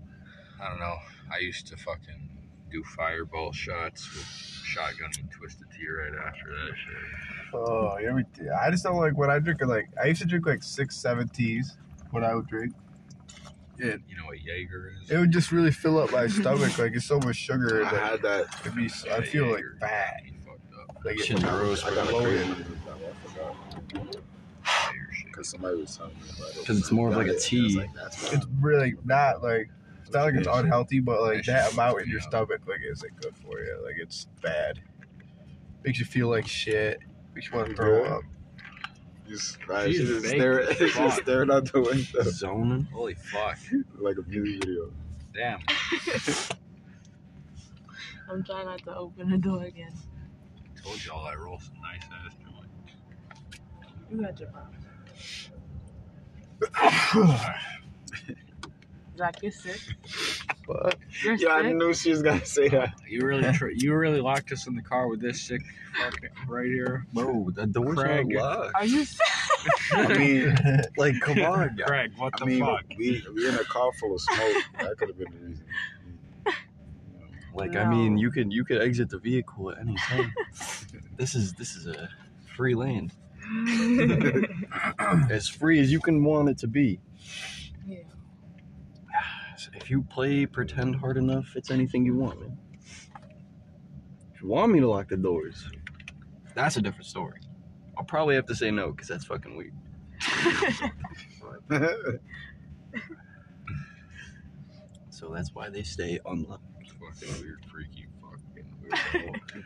S3: I don't know. I used to fucking do fireball shots with shotgun and twisted tea right after that shit.
S2: Oh, every I just don't like what I drink. Are like I used to drink like six, seven teas. What I would drink,
S3: You know what Jaeger is?
S2: it would just really fill up my stomach. Like it's so much sugar.
S1: I
S2: That
S1: had that.
S2: it'd be, I
S3: Yeah,
S2: feel like
S3: Jaeger.
S2: bad.
S3: He fucked up.
S2: Like
S4: Shit's gross,
S1: I
S2: I
S1: got
S2: got
S1: a crazy
S2: loaded.
S1: one. I forgot.
S3: Jaeger shit.
S1: Because somebody was telling me about it.
S4: 'Cause it's more of like a
S1: Yeah, it's
S4: tea.
S1: like, that's why.
S2: It's really not like it's not like it's unhealthy, but like that amount in your
S3: Yeah.
S2: stomach like isn't good for you. Like it's bad. Makes you feel like shit. Makes you want to throw
S1: Yeah.
S2: up.
S1: Just, right,
S3: Jesus,
S1: just,
S3: thank
S1: stare,
S3: you.
S1: just staring out the window
S4: zoning.
S3: Holy fuck.
S1: like a music video.
S3: Damn.
S5: I'm trying not to open the door again.
S3: Told y'all I roll some nice ass joints.
S5: You got your problem. Jack, you're sick.
S2: But
S5: You're
S1: Yeah, I
S5: sick.
S1: knew she was gonna say that.
S3: You really, tr- you really locked us in the car with this sick fucking right here.
S4: No, the door's
S3: Craig.
S4: not locked.
S5: Are you sick?
S1: I mean,
S4: Like, come on, guys.
S3: Greg, what the
S1: I mean,
S3: fuck?
S1: we we in a car full of smoke. That could have been the reason.
S4: Like, I
S5: No.
S4: mean, you could you could exit the vehicle at any time. this is this is a free land, as free as you can want it to be.
S5: yeah.
S4: So if you play pretend hard enough, it's anything you want, man. If you want me to lock the doors, that's a different story. I'll probably have to say no because that's fucking weird. So that's why they stay unlocked.
S3: Fucking weird, freaky, fucking weird.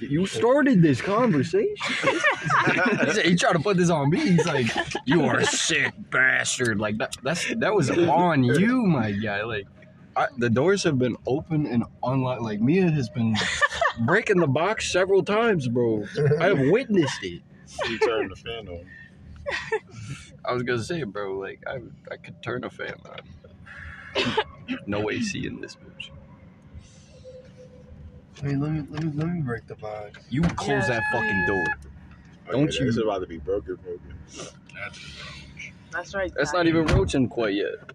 S4: You started this conversation. He's- he tried to put this on me. He's like, "You are a sick bastard." Like that. That's that was on you, my guy. Like, I, the doors have been open and unlocked. Like Mia has been breaking the box several times, bro. I have witnessed it.
S1: She turned the fan on.
S4: I was gonna say, bro, like I I could turn a fan on. no AC in this bitch.
S2: I mean, let me let me let me break the box.
S4: You close that fucking door. Don't
S1: Okay,
S4: you-
S1: It's about to be broken, broken.
S3: That's roach.
S5: That's right.
S4: That's
S5: Jack.
S4: not even roaching quite yet.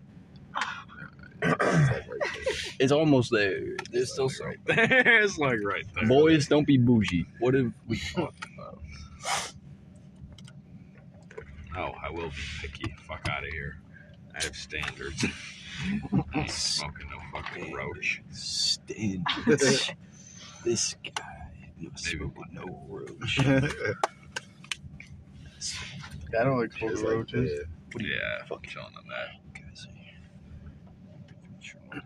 S1: It's like right there.
S4: It's almost there. There's still some.
S3: There's like right there.
S4: Boys, don't be bougie. What if we?
S3: No, I will be picky. Fuck out of here. I have standards. I ain't smoking no fucking roach.
S4: Standards. this guy must
S3: Maybe
S4: smoke
S3: one
S4: no
S2: I
S4: roach.
S2: don't like cold
S1: It's like,
S2: roaches.
S1: yeah.
S4: What do you
S3: Yeah, fuck
S4: fucking
S3: chilling on that.
S4: guys are?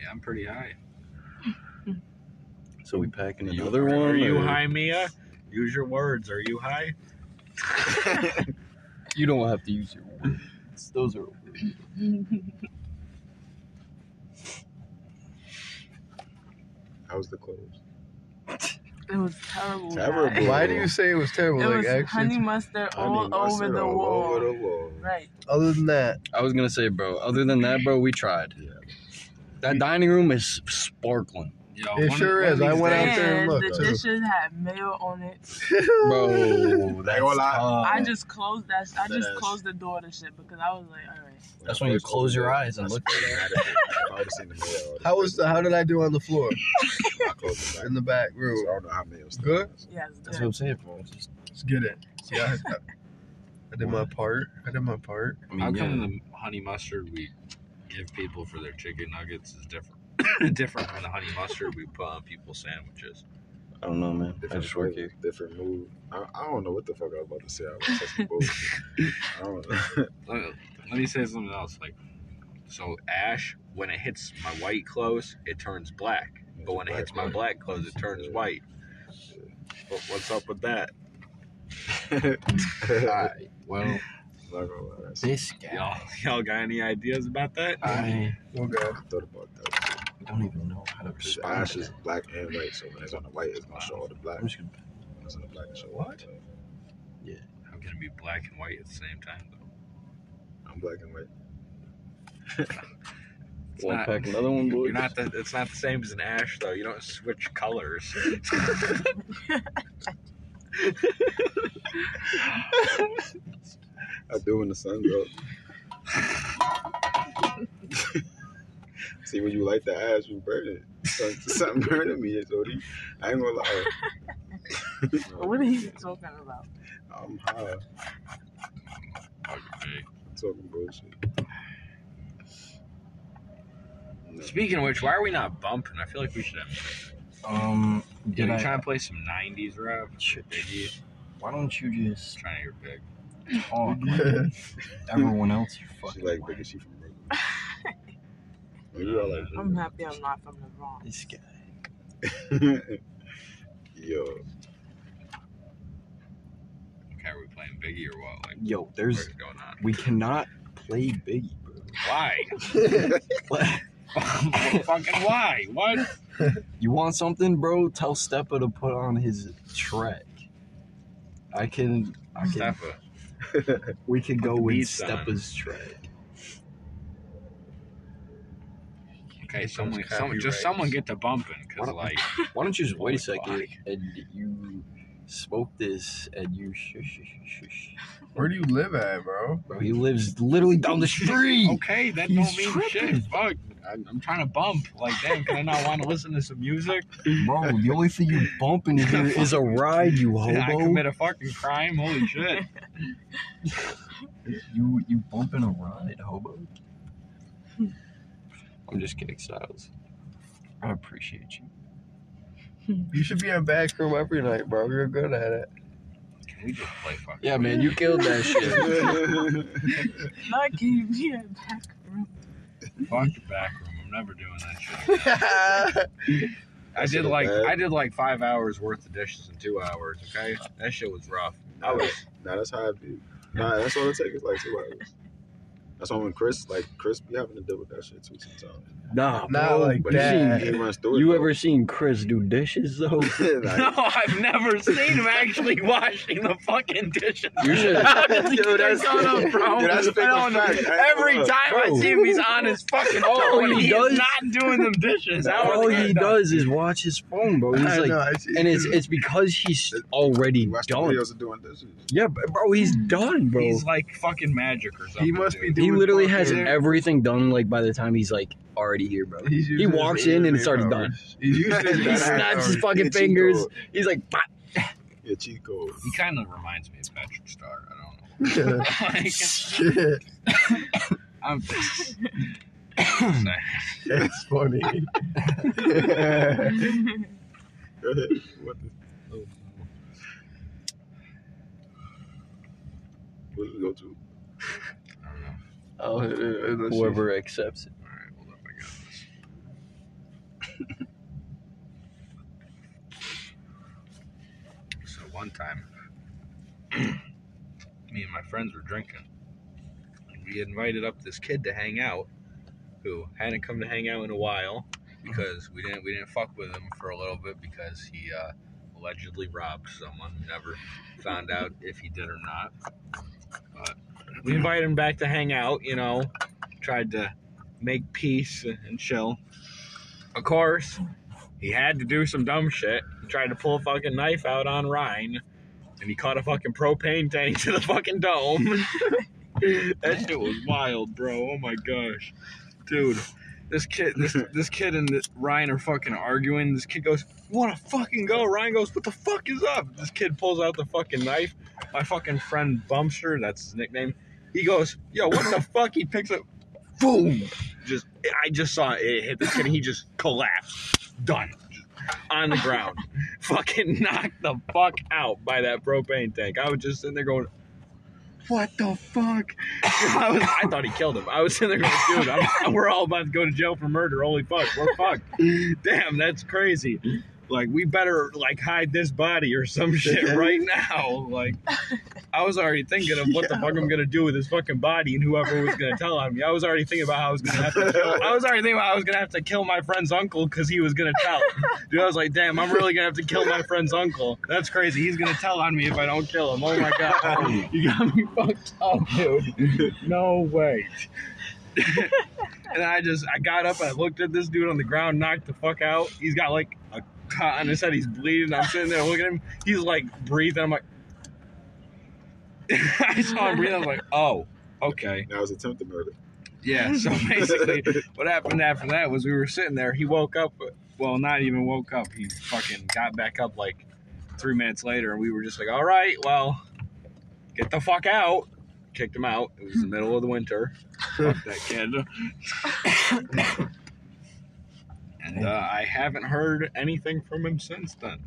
S3: Yeah, I'm pretty high.
S4: So we packing
S3: You-
S4: another one?
S3: Are you
S4: or-
S3: high, Mia? Use your words. Are you high?
S4: You don't have to use your words. Those are.
S1: How's the clothes?
S5: It was terrible.
S1: Terrible.
S5: Jack.
S2: Why do you say it was terrible?
S5: It
S2: like
S5: was honey
S2: actually,
S5: mustard
S1: I
S5: all
S1: mean,
S5: over
S1: mustard
S5: the
S1: all
S5: wall.
S1: Over the wall.
S5: Right.
S2: other than that,
S4: I was gonna say, bro. Other than that, bro, we tried.
S1: Yeah.
S4: That dining room is sparkling.
S3: Yo,
S2: It
S3: one-
S2: sure
S3: one of
S2: is. I
S3: these
S2: went out
S3: days-
S2: there and
S5: And
S2: looked,
S5: the
S2: too.
S5: dishes had mail on it.
S4: Bro, that's
S1: Ain't gonna lie.
S4: tough.
S5: I just closed that. I
S1: That
S5: just
S1: Oh, ass.
S5: closed the door to shit because I was like, all right.
S4: That's when you close your eyes and look
S1: at it. If I would have seen the mail,
S2: How was the, how did I do on the floor
S1: I closed it back.
S2: in the back
S1: So
S2: room?
S1: I don't know how many it was.
S2: Good?
S5: Yeah, it's
S4: That's
S5: good.
S4: what I'm saying, bro. It's Just,
S2: Let's get it. Yeah, I, I did my part. I did my part.
S4: I mean,
S3: How
S4: yeah.
S3: come the honey mustard we give people for their chicken nuggets is different? different from the honey mustard we put on people's sandwiches.
S4: I don't know, man. I
S1: Different
S4: just work
S1: flavor,
S4: here.
S1: Different move. I, I don't know what the fuck I was about to say. I was touching bullshit. I don't know.
S3: Let, let me say something else. Like, so ash, when it hits my white clothes, it turns black. But when it hits my black clothes, it turns white. What- What's up with that?
S1: Not
S4: Alright, well,
S1: gonna lie, that's-
S4: this guy,
S3: Y'all, y'all got any ideas about that?
S4: I
S2: Okay.
S1: I thought about that.
S4: don't even know how to
S1: His
S4: respond.
S1: ash
S4: to
S1: is
S4: that.
S1: black and white, so when it's on the white, it's gonna show all the black.
S4: I'm just gonna.
S1: When it's on the black, it show
S4: What?
S1: all the white.
S3: How can it be black and white at the same time, though?
S1: I'm black and white.
S3: It's
S4: One
S3: not-
S4: pack, another one, boy.
S3: You're not the, it's not the same as an ash, though. You don't switch colors.
S1: I do when the sun goes. See when you light the ash, you burn it. Something, something burning me, Jody. I ain't gonna lie.
S5: What are you talking about?
S1: I'm high.
S3: Okay.
S1: talking bullshit. No.
S3: Speaking of which, why are we not bumping? I feel like we should have.
S4: Um,
S3: Did
S4: did
S3: you
S4: I?
S3: trying to play some '90s rap?
S4: Shit.
S3: Biggie,
S4: Why don't you just
S3: trying to hear big.
S4: talk like everyone else? You
S1: She
S4: fucking.
S1: like
S4: liar.
S1: bigger. She from Brooklyn. Well, you are like
S5: I'm happy I'm not from the Bronx.
S4: This guy.
S1: Brooklyn. Yo,
S3: Okay, are we playing Biggie or what? Like,
S4: Yo,
S3: what's
S4: there's.
S3: going on?
S4: We cannot play Biggie, bro.
S3: Why? Fucking why? What?
S4: You want something, bro? Tell Steppa to put on his track. I can. I can.
S3: Steffa.
S4: we could go
S3: the
S4: with
S3: beats on.
S4: Steppa's track.
S3: Okay,
S2: Those
S3: someone, someone,
S2: copyrights.
S3: just someone get to bumping,
S4: Why
S3: cause
S4: don't-
S3: like,
S4: Why don't you just wait a
S3: Oh my
S4: second and you smoke this and you shush, shush, shush, shush.
S2: Where do you live at, bro?
S4: Bro, he lives literally down the street.
S3: okay, that
S4: He's
S3: don't mean
S4: tripping.
S3: shit. Fuck, I'm, I'm trying to bump. Like, damn, can I not want to listen to some music?
S4: Bro, the only thing you bumping here is a ride, you
S3: Did I
S4: hobo.
S3: commit a fucking crime? Holy shit!
S4: You you bumping a ride, hobo. I'm just kidding, Styles. I appreciate you.
S2: You should be in back room every night, bro. You're good at it.
S3: Can we just play fucking?
S4: Yeah, man, you killed that shit.
S5: Not can you be in back room?
S3: Fuck the back room. I'm never doing that shit. I did like I did like five hours worth of dishes in two hours. Okay, that shit was rough. I was
S1: Nah, that's how I do. Nah, that's all it takes. is, Like two hours. That's why when Chris, like Chris, be having to deal with that shit too sometimes.
S4: Nah,
S2: Not
S4: bro,
S2: like
S1: But
S4: you
S2: that.
S1: he, he runs through it.
S4: seen- you
S1: though.
S4: ever seen Chris do dishes though?
S1: Like,
S3: Oh, I've never seen him actually washing the fucking dishes.
S4: You should.
S1: Yo, that's-
S3: I don't know, bro.
S1: Yo, that's
S3: I don't know.
S1: fact. I-
S3: Every
S1: uh,
S3: time I
S4: bro.
S3: see him, he's on his fucking
S4: All
S3: phone.
S4: he
S3: He's
S4: does-
S3: not doing them dishes. How
S4: All
S3: are they
S4: he
S3: gonna-
S4: does is watch his phone, bro. He's
S2: I
S4: like,
S2: know, I see.
S4: and it's it's because he's already
S1: watch the
S4: done.
S1: videos of doing this.
S4: Yeah, but bro, he's done, bro.
S3: He's like fucking magic or something.
S2: must be
S3: dude.
S4: he literally
S2: doing
S4: has
S2: fucking-
S4: everything done. Like by the time he's like already here, bro.
S2: He's
S4: He
S2: using
S4: walks
S2: his
S4: in and
S2: internet
S4: it's already
S2: powers.
S4: done.
S2: He's using his
S1: He
S4: He
S2: internet
S4: snaps his
S2: powers.
S4: fucking
S1: Itchy
S4: fingers.
S1: dog.
S4: He's like, "Bah."
S1: Yeah, cheat code.
S3: He kind of reminds me of Patrick Star. I don't know.
S5: Oh
S3: Like,
S2: Shit,
S3: I'm
S2: that's funny.
S1: what the? Oh. Where you go to?
S3: I don't know.
S2: Oh, let's see.
S4: whoever accepts it.
S3: All right, hold up. I got this. so one time, me and my friends were drinking. and We invited up this kid to hang out, who hadn't come to hang out in a while because we didn't we didn't fuck with him for a little bit because he uh, allegedly robbed someone. We Never found out if he did or not. But we invited him back to hang out. You know, tried to make peace and chill. Of course, He had to do some dumb shit. He tried to pull a fucking knife out on Ryan, and he caught a fucking propane tank to the fucking dome. that shit was wild, bro. Oh my gosh, dude. This kid, this, this kid and this, Ryan are fucking arguing. This kid goes, "You want to fucking go?" Ryan goes, "What the fuck is up?" This kid pulls out the fucking knife. My fucking friend Bumpster, that's his nickname. He goes, "Yo, what the fuck?" He picks up, boom. Just, I just saw it hit this kid. and He just collapsed. Done. Just on the ground, fucking knocked the fuck out by that propane tank. I was just sitting there going, what the fuck? I, was, I thought he killed him. I was sitting there going, dude, I'm, we're all about to go to jail for murder. Holy fuck, we're fucked. Damn, that's crazy. Like, we better, like, hide this body or some shit right now. Like, I was already thinking of what the fuck I'm going to do with his fucking body and whoever was going to tell on me. I was already thinking about how I was going to have to kill. I was already thinking about how I was going to have to kill my friend's uncle because he was going to tell. Dude, I was like, damn, I'm really going to have to kill my friend's uncle. That's crazy. He's going to tell on me if I don't kill him. Oh, my God. You got me fucked up, dude. No way. and I just, I got up, I looked at this dude on the ground, knocked the fuck out. He's got like a cut on his head, he's bleeding. I'm sitting there looking at him. He's like breathing. I'm like, I saw him breathing. I was like, oh, okay.
S1: That was attempted murder.
S3: Yeah, so basically, what happened after that was we were sitting there. He woke up, well, not even woke up. He fucking got back up like three minutes later, and we were just like, all right, well, get the fuck out. Kicked him out. It was the middle of the winter. Fuck that kid. and uh, I haven't heard anything from him since then.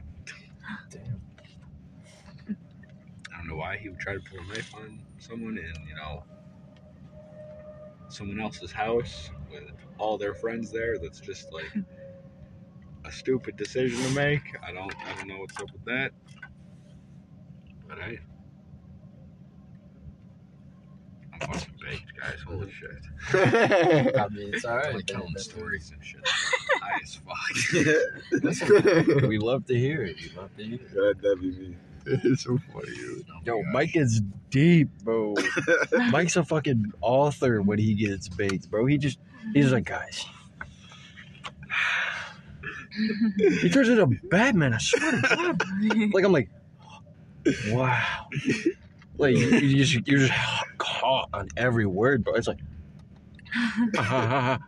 S3: I don't know why he would try to pull a knife on someone in, you know, someone else's house with all their friends there. That's just like a stupid decision to make. I don't, I don't know what's up with that. But I, I'm fucking baked, guys. Holy shit!
S4: I mean, it's all
S3: I'm
S4: right.
S3: like telling stories and shit. High as fuck.
S1: that
S4: We love to hear it. We love to hear it.
S1: that'd be me.
S2: it's so funny. dude.
S4: Yo, Mike is deep, bro. Mike's a fucking author when he gets baked, bro. He just he's like, guys. He turns into Batman, I swear to God. Like I'm like, wow. Like you you just you're just caught on every word, bro. It's like wow.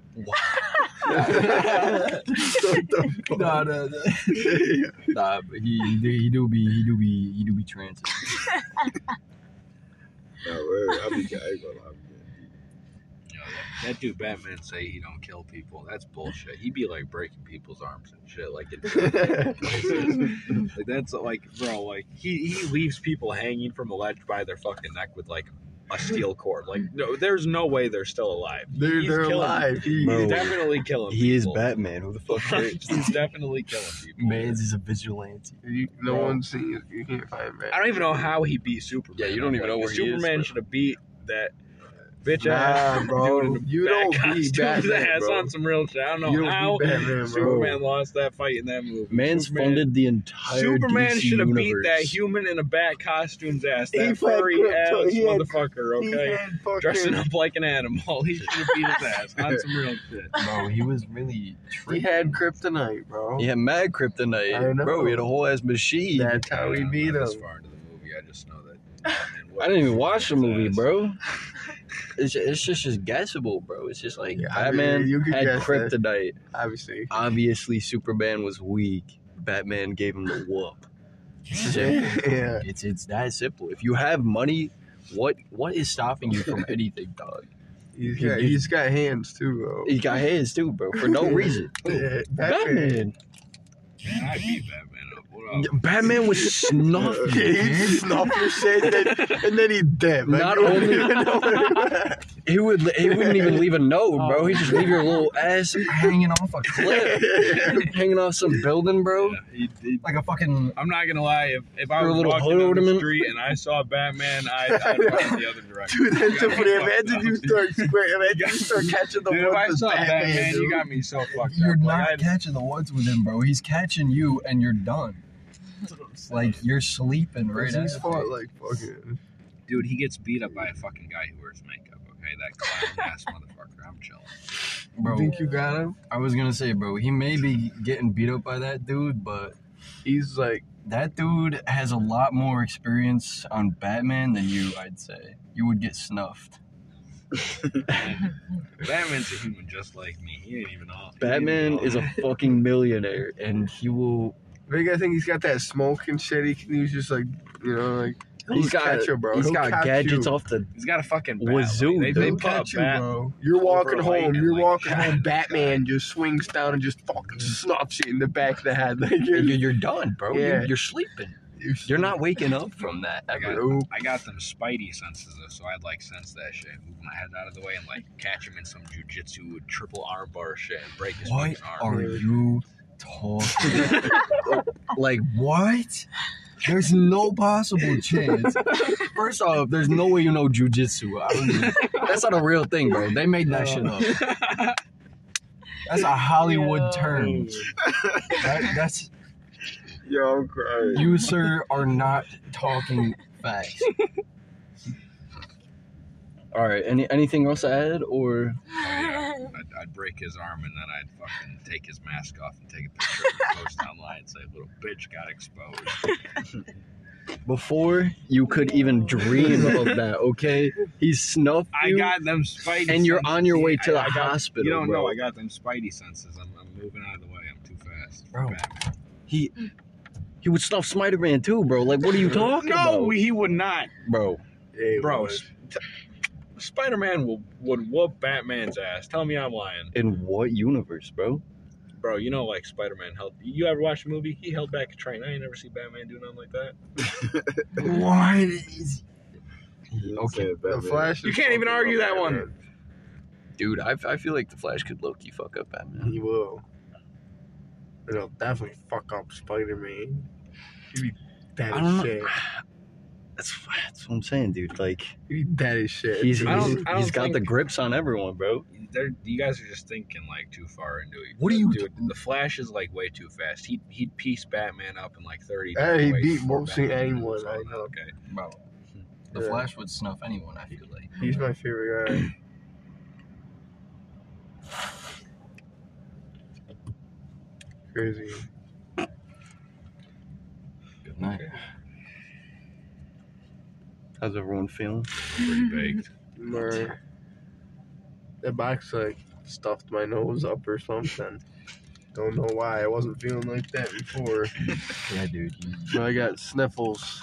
S4: nah, nah, nah. Nah, but he, he, do, he do be he do be he do be trans.
S1: Nah, word. I'd be, I ain't gonna lie.
S3: You know, that, that dude Batman say he don't kill people. That's bullshit. He be like breaking people's arms and shit. Like, in places. like that's like, bro, like he he leaves people hanging from a ledge by their fucking neck with like a steel cord. Like, no, there's no way they're still alive.
S2: They're,
S3: He's
S2: they're
S3: killing-
S2: alive. He-
S3: He's
S4: Bro.
S3: definitely killing.
S4: He is
S3: people.
S4: Batman. Who the fuck cares?
S3: He's definitely killing people.
S4: Mans is a vigilante.
S2: you- no
S3: Bro.
S2: one's seen you. You can't find Batman.
S3: I don't even know how he beat Superman.
S4: Yeah, you don't
S3: I'm
S4: even know
S3: like,
S4: where he is,
S3: Superman
S4: bro.
S3: should have beat that bitch ass
S2: Nah, bro.
S3: dude in the
S2: You
S3: back
S2: don't beat
S3: costume.
S2: Batman,
S3: That's
S2: bro.
S3: on some real shit. I don't know
S2: You don't
S3: how
S2: beat Batman, bro.
S3: Superman lost that fight in that movie.
S4: Man's
S3: Superman,
S4: funded the entire
S3: Superman
S4: DC
S3: should have beat
S4: universe.
S3: that human in a bat costume's ass.
S2: He
S3: That
S2: had
S3: furry ass
S2: Krypto- he had-
S3: motherfucker,
S2: He
S3: okay?
S2: had fucking-
S3: Dressing up like an animal. He should have beat his ass on some real shit.
S4: Bro, he was really
S2: He
S4: tricky.
S2: had kryptonite, bro.
S4: He had mad
S2: I
S4: kryptonite,
S2: know.
S4: bro. He had a whole ass machine.
S2: That's how
S3: I
S2: we
S3: don't
S2: beat
S3: know
S2: him.
S3: this far into the movie. I just know that. Batman
S4: I didn't even
S3: was
S4: watch the
S3: his
S4: movie,
S3: ass.
S4: bro. It's just, it's just just guessable, bro. It's just like
S2: Yeah, I mean,
S4: Batman
S2: you could
S4: had
S2: guess that.
S4: kryptonite.
S2: Obviously.
S4: Obviously, Superman was weak. Batman gave him the whoop. Simple.
S2: yeah.
S4: It's it's that simple. If you have money, what what is stopping you from anything, dog?
S2: He's got, he's got hands too, bro.
S4: He got hands too, bro, for no reason.
S2: Yeah, Batman.
S4: Batman.
S3: Man, I beat Batman up. What up?
S4: Batman was snuffed.
S2: Yeah, he snuffed your shit, and then, and then he dead. Like,
S4: Not
S2: you don't
S4: only-
S2: even know where-
S4: He would. He wouldn't even leave a note, bro. He'd just leave your little ass hanging off a cliff, hanging off some building, bro.
S3: Yeah, he- he-
S4: Like a fucking.
S3: I'm not gonna lie. If, if I
S4: Threw a
S3: was
S4: little
S3: walking
S4: hood
S3: down
S4: over
S3: the
S4: him.
S3: street and I saw Batman, I, I'd run the other direction.
S2: Dude, that's so
S3: Yeah,
S2: funny.
S3: fuck
S2: Imagine
S3: no.
S2: you start square. Imagine you start catching the
S3: Dude, if I
S2: one
S3: saw Batman, you
S2: dude.
S3: got me so fucked
S4: You're
S3: up. Like,
S4: not
S3: I'd-
S4: catching the woods with him, bro. He's catching you, and you're done. Like you're sleeping right
S2: He's
S4: after.
S2: fought like fucking.
S3: dude, he gets beat up by a fucking guy who wears makeup. Okay. pay that clown ass motherfucker. I'm chilling.
S2: You
S4: Bro,
S2: think you got him?
S4: I was gonna say, bro, he may be getting beat up by that dude, but
S2: He's like,
S4: that dude has a lot more experience on Batman than you. I'd say you would get snuffed.
S3: Batman's a human just like me. He ain't even off.
S4: Batman is a fucking millionaire, and he will.
S2: big. I think he's got that smoke and shit. He can use just like, you know, like he'll
S4: He's got
S2: catch you, bro.
S4: he's
S2: He'll
S4: got
S2: catch
S4: gadgets
S2: you.
S4: off the.
S3: He's got a fucking bat.
S4: Wazoo,
S3: Like, they,
S2: They'll
S3: they put a
S2: catch you,
S3: bat.
S2: bro. You're walking
S3: over a
S2: home.
S3: light and,
S2: You're
S3: like,
S2: walking home.
S3: shine.
S2: Batman just swings down and just fucking snuffs you in the back of the head. Like
S4: You're,
S2: you're,
S4: you're done, bro. You're,
S2: Yeah.
S4: you're sleeping. You're not waking up from that.
S3: I got,
S2: Bro.
S3: I got them spidey senses though, so I'd like sense that shit. Move my head out of the way and like catch him in some jujitsu with triple arm bar shit and break his
S4: What
S3: fucking arm.
S4: are you talking? like what? There's no possible chance. First off, there's no way you know jujitsu. I don't even- That's not a real thing, bro. They made that shit up. That's a Hollywood
S5: Yeah.
S4: term. That- that's
S1: Yo, I'm crying.
S4: you, sir, are not talking facts. All right. Any anything else to add, or
S3: Yeah, I'd, I'd break his arm and then I'd fucking take his mask off and take a picture of it and post it online and say, little bitch got exposed.
S4: before you could even dream of that? Okay, he snuffed
S3: I
S4: you,
S3: got them spidey
S4: and you're on your way to the
S3: I- I got-
S4: hospital.
S3: You don't
S4: bro.
S3: know, I got them spidey senses. I'm, I'm moving out of the way. I'm too fast.
S4: Bro.
S3: Batman.
S4: He he would snuff Spider Man too, bro. Like, what are you talking
S3: No,
S4: about,
S3: he would not.
S4: bro?
S2: Yeah,
S3: Bro, Spider Man will would whoop Batman's ass. Tell me I'm lying.
S4: In what universe, bro?
S3: Bro, you know, like Spider Man held. You ever watch a movie? He held back a train. I ain't never seen Batman do nothing like that.
S4: What is? Okay,
S2: The Flash.
S3: You
S2: is
S3: can't even
S2: fucking
S3: argue that
S2: up
S3: one.
S2: there.
S4: dude, I, I feel like the Flash could low key fuck up Batman.
S2: He will. And He'll definitely fuck up Spider Man. He'd be dead
S4: I don't
S2: as
S4: know.
S2: shit.
S4: That's that's what I'm saying, dude. Like,
S2: He'd be dead as shit.
S4: he's
S3: I
S4: he's,
S3: don't- I don't
S4: he's got the
S3: think-
S4: grips on everyone, bro.
S3: They're, you guys are just thinking like too far into it.
S4: What are you
S3: Dude, the Flash is like way too fast. He he'd piece Batman up in like thirty.
S2: Hey, he
S3: ways
S2: beat
S3: before
S2: mostly
S3: Batman
S2: anyone,
S3: was on
S2: I
S3: that,
S2: know.
S3: Okay.
S4: Bro,
S2: the Yeah.
S4: Flash would snuff anyone. I feel like.
S2: he's my favorite guy. Crazy.
S4: Good night. How's everyone feeling?
S3: Pretty baked.
S2: My, the box like stuffed my nose up or something. Don't know why. I wasn't feeling like that before.
S4: Yeah, dude.
S2: Now I got sniffles.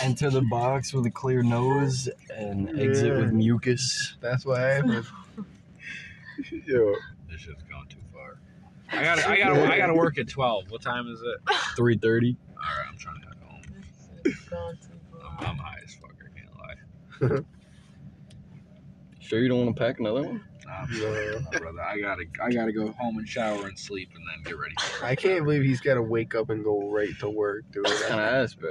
S4: Enter the box with a clear nose and exit
S2: Yeah.
S4: with mucus.
S2: That's what happened.
S1: Yo,
S3: This shit's gone too far. I gotta, I gotta, I gotta work at twelve. What time is it?
S4: Three thirty.
S3: All right, I'm trying to get home. I'm, I'm high as fuck. I can't lie.
S4: Sure, you don't want to pack another one?
S3: Nah,
S2: No.
S3: nah, brother, I gotta, I gotta go home and shower and sleep and then get ready. For
S2: I can't believe he's got to wake up and go right to work, dude.
S4: That's kind of ass, bro.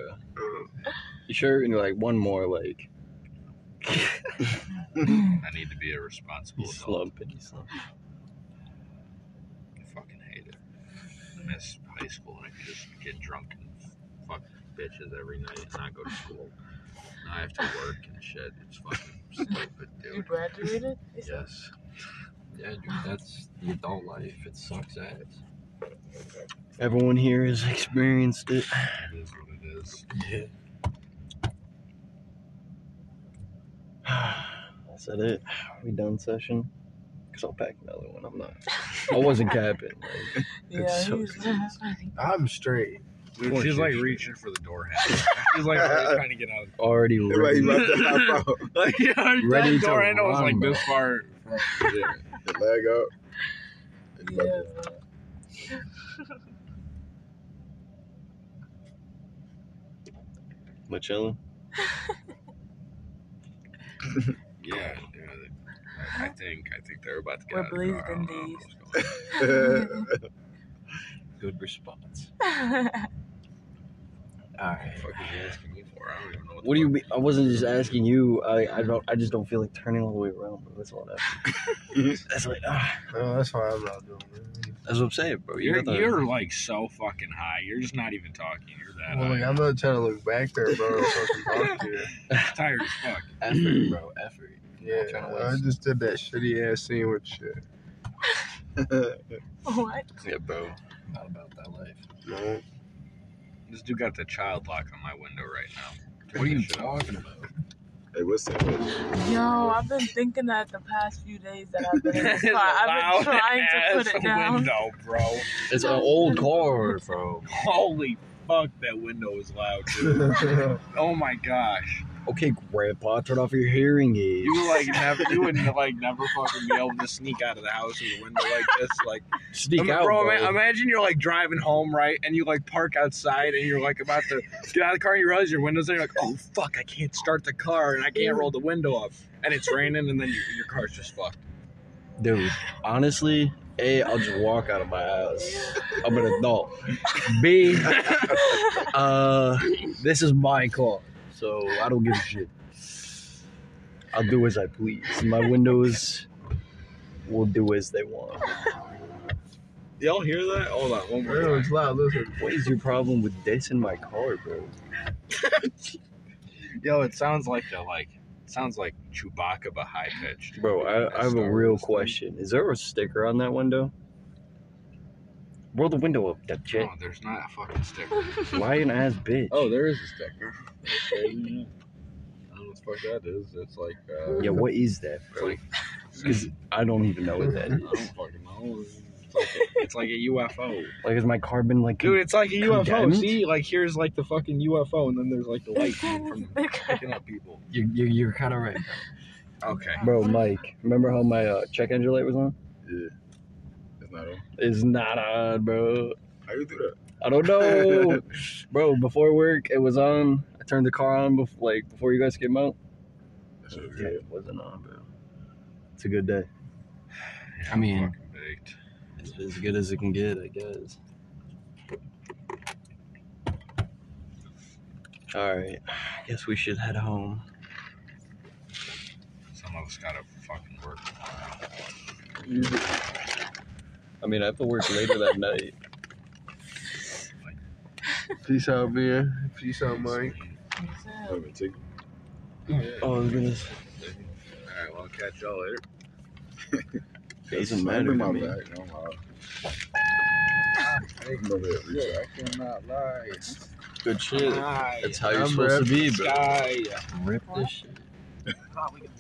S4: You sure? And you're like one more, like
S3: I need to be a responsible
S4: you
S3: adult.
S4: slump and you slump.
S3: I fucking hate it. I miss high school and I could just get drunk and fuck bitches every night and not go to school. Now I have to work and shit. It's fucking stupid,
S5: You
S3: dude.
S5: graduated?
S3: Yes.
S4: Yeah, dude, that's the adult life. It sucks ass. Everyone here has experienced it.
S3: It is what it is.
S4: That's it. it. We done session. Cause I'll pack another one. I'm not. I wasn't capping. Like,
S5: Yeah,
S4: so-
S5: he's that's funny.
S2: I'm straight.
S3: Dude, she's like reaching for the door handle. She's like already trying to get out.
S4: already
S1: like,
S4: ready.
S1: you about to hop out.
S3: Like,
S4: Ready
S3: that
S4: to
S3: door handle was
S4: run,
S3: like
S4: bro.
S3: this far. from-
S1: Yeah, the leg up. And
S5: Yeah,
S1: about to-
S5: man.
S4: But chilling.
S3: Yeah, dude. I I think I think they're about to get
S5: We're
S3: out of the car.
S5: believed
S3: I
S5: in
S3: don't know
S5: these.
S3: what's going on.
S4: Good response. All
S3: What
S4: right.
S3: the fuck is he asking me for? I don't even know what the
S4: What do you
S3: fuck-
S4: mean? I wasn't just asking you. I, I don't. I just don't feel like turning all the way around, bro. That's all that. that's like. ah,
S2: No, that's why I'm not doing it.
S4: that's what I'm saying, bro. You
S3: You're,
S4: got the-
S3: you're like so fucking high. You're just not even talking. You're that
S2: Well,
S3: high.
S2: like, I'm not trying to look back there, bro. or fucking talk to you.
S3: tired as fuck.
S4: effort, bro. Effort.
S2: Yeah,
S3: Tryna
S2: I
S3: waste.
S2: just did that shitty ass sandwich shit.
S5: What?
S3: Yeah, bro. Not about that life.
S2: No,
S3: This dude got the child lock on my window right now.
S4: What are you
S3: Shut up.
S4: talking about?
S1: Hey, what's that?
S5: Yo, I've been thinking that the past few days that I've been in this car. I've
S3: Loud
S5: been trying to put
S3: ass
S5: it down.
S3: Window, bro.
S4: It's an old car, bro.
S3: Holy fuck, that window is loud, dude.
S2: I
S3: oh my gosh,
S4: Okay, grandpa, turn off your hearing aid.
S3: you like never, you would like never fucking be able to sneak out of the house with a window like this, like.
S4: Sneak
S3: Ima-
S4: out,
S3: bro,
S4: bro.
S3: ima- Imagine you're like driving home, right? And you like park outside and you're like about to get out of the car and you realize your window's there. You're like, oh fuck, I can't start the car and I can't roll the window up. And it's raining and then your, your car's just fucked.
S4: Dude, honestly, A, I'll just walk out of my house. I'm an adult. B, uh, this is my car, so I don't give a shit. I'll do as I please. My windows will do as they want.
S3: Y'all hear that? Hold on, one more
S2: know
S3: time.
S2: it's loud. Listen,
S4: What is your problem with this in my car, bro?
S3: Yo, it sounds like the like it sounds like Chewbacca but high pitched.
S4: Bro, I, I have a real question. Is there a sticker on that window? Roll the window up, that
S3: No,
S4: chick.
S3: there's not a fucking sticker.
S4: Lying ass bitch.
S3: Oh, there is a sticker. Okay, yeah. I don't know what the fuck that is. It's like uh,
S4: Yeah, what is that,
S3: it's
S4: bro?
S3: like
S4: 'Cause I don't even know what that
S3: I
S4: is.
S3: don't fucking know. It's like a, it's like a UFO.
S4: Like, is my car been like?
S3: Dude, it's like a UFO.
S4: Condemned?
S3: See, like here's like the fucking UFO, and then there's like the light from
S5: Sticker.
S3: picking up people.
S4: you're, you're, you're kind of right,
S3: Okay.
S4: bro. Mike, remember how my uh, check engine light was on?
S1: Yeah. It's not on.
S4: It's not on, bro.
S1: How you do that?
S4: I don't know, bro. Before work, it was on. I turned the car on, bef- like before you guys came out.
S1: That's so
S4: Yeah,
S1: good.
S4: it wasn't on, bro. It's a good day.
S3: Yeah,
S4: I mean-
S3: fucking baked.
S4: It's as good as it can get, I guess. All right, I guess we should head home.
S3: some of us gotta fucking work.
S4: I mean, I have to work later that night.
S2: peace out, man. Peace out, Mike.
S1: Wait a minute, take-
S4: Oh goodness,
S3: All right. Well, I'll catch y'all later.
S4: doesn't
S1: Slam
S4: matter
S1: in
S4: to
S1: my
S4: me.
S1: back. I'm out. I'm over here, reach out.
S3: cannot lie.
S4: Good shit. That's how you're
S2: I'm
S4: supposed to be, bro.
S3: Sky.
S4: Rip this shit.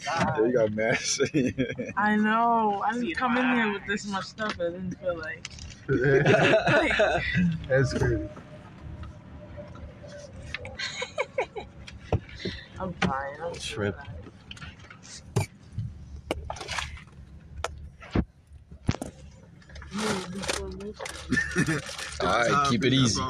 S1: Yeah, you got mad shit.
S5: I know. I didn't come in here with this much stuff. I didn't feel like.
S4: That's
S2: That's crazy.
S5: I'm fine. I'm
S4: Shrimp.
S5: Dude, we so late.
S4: All right, keep it easy.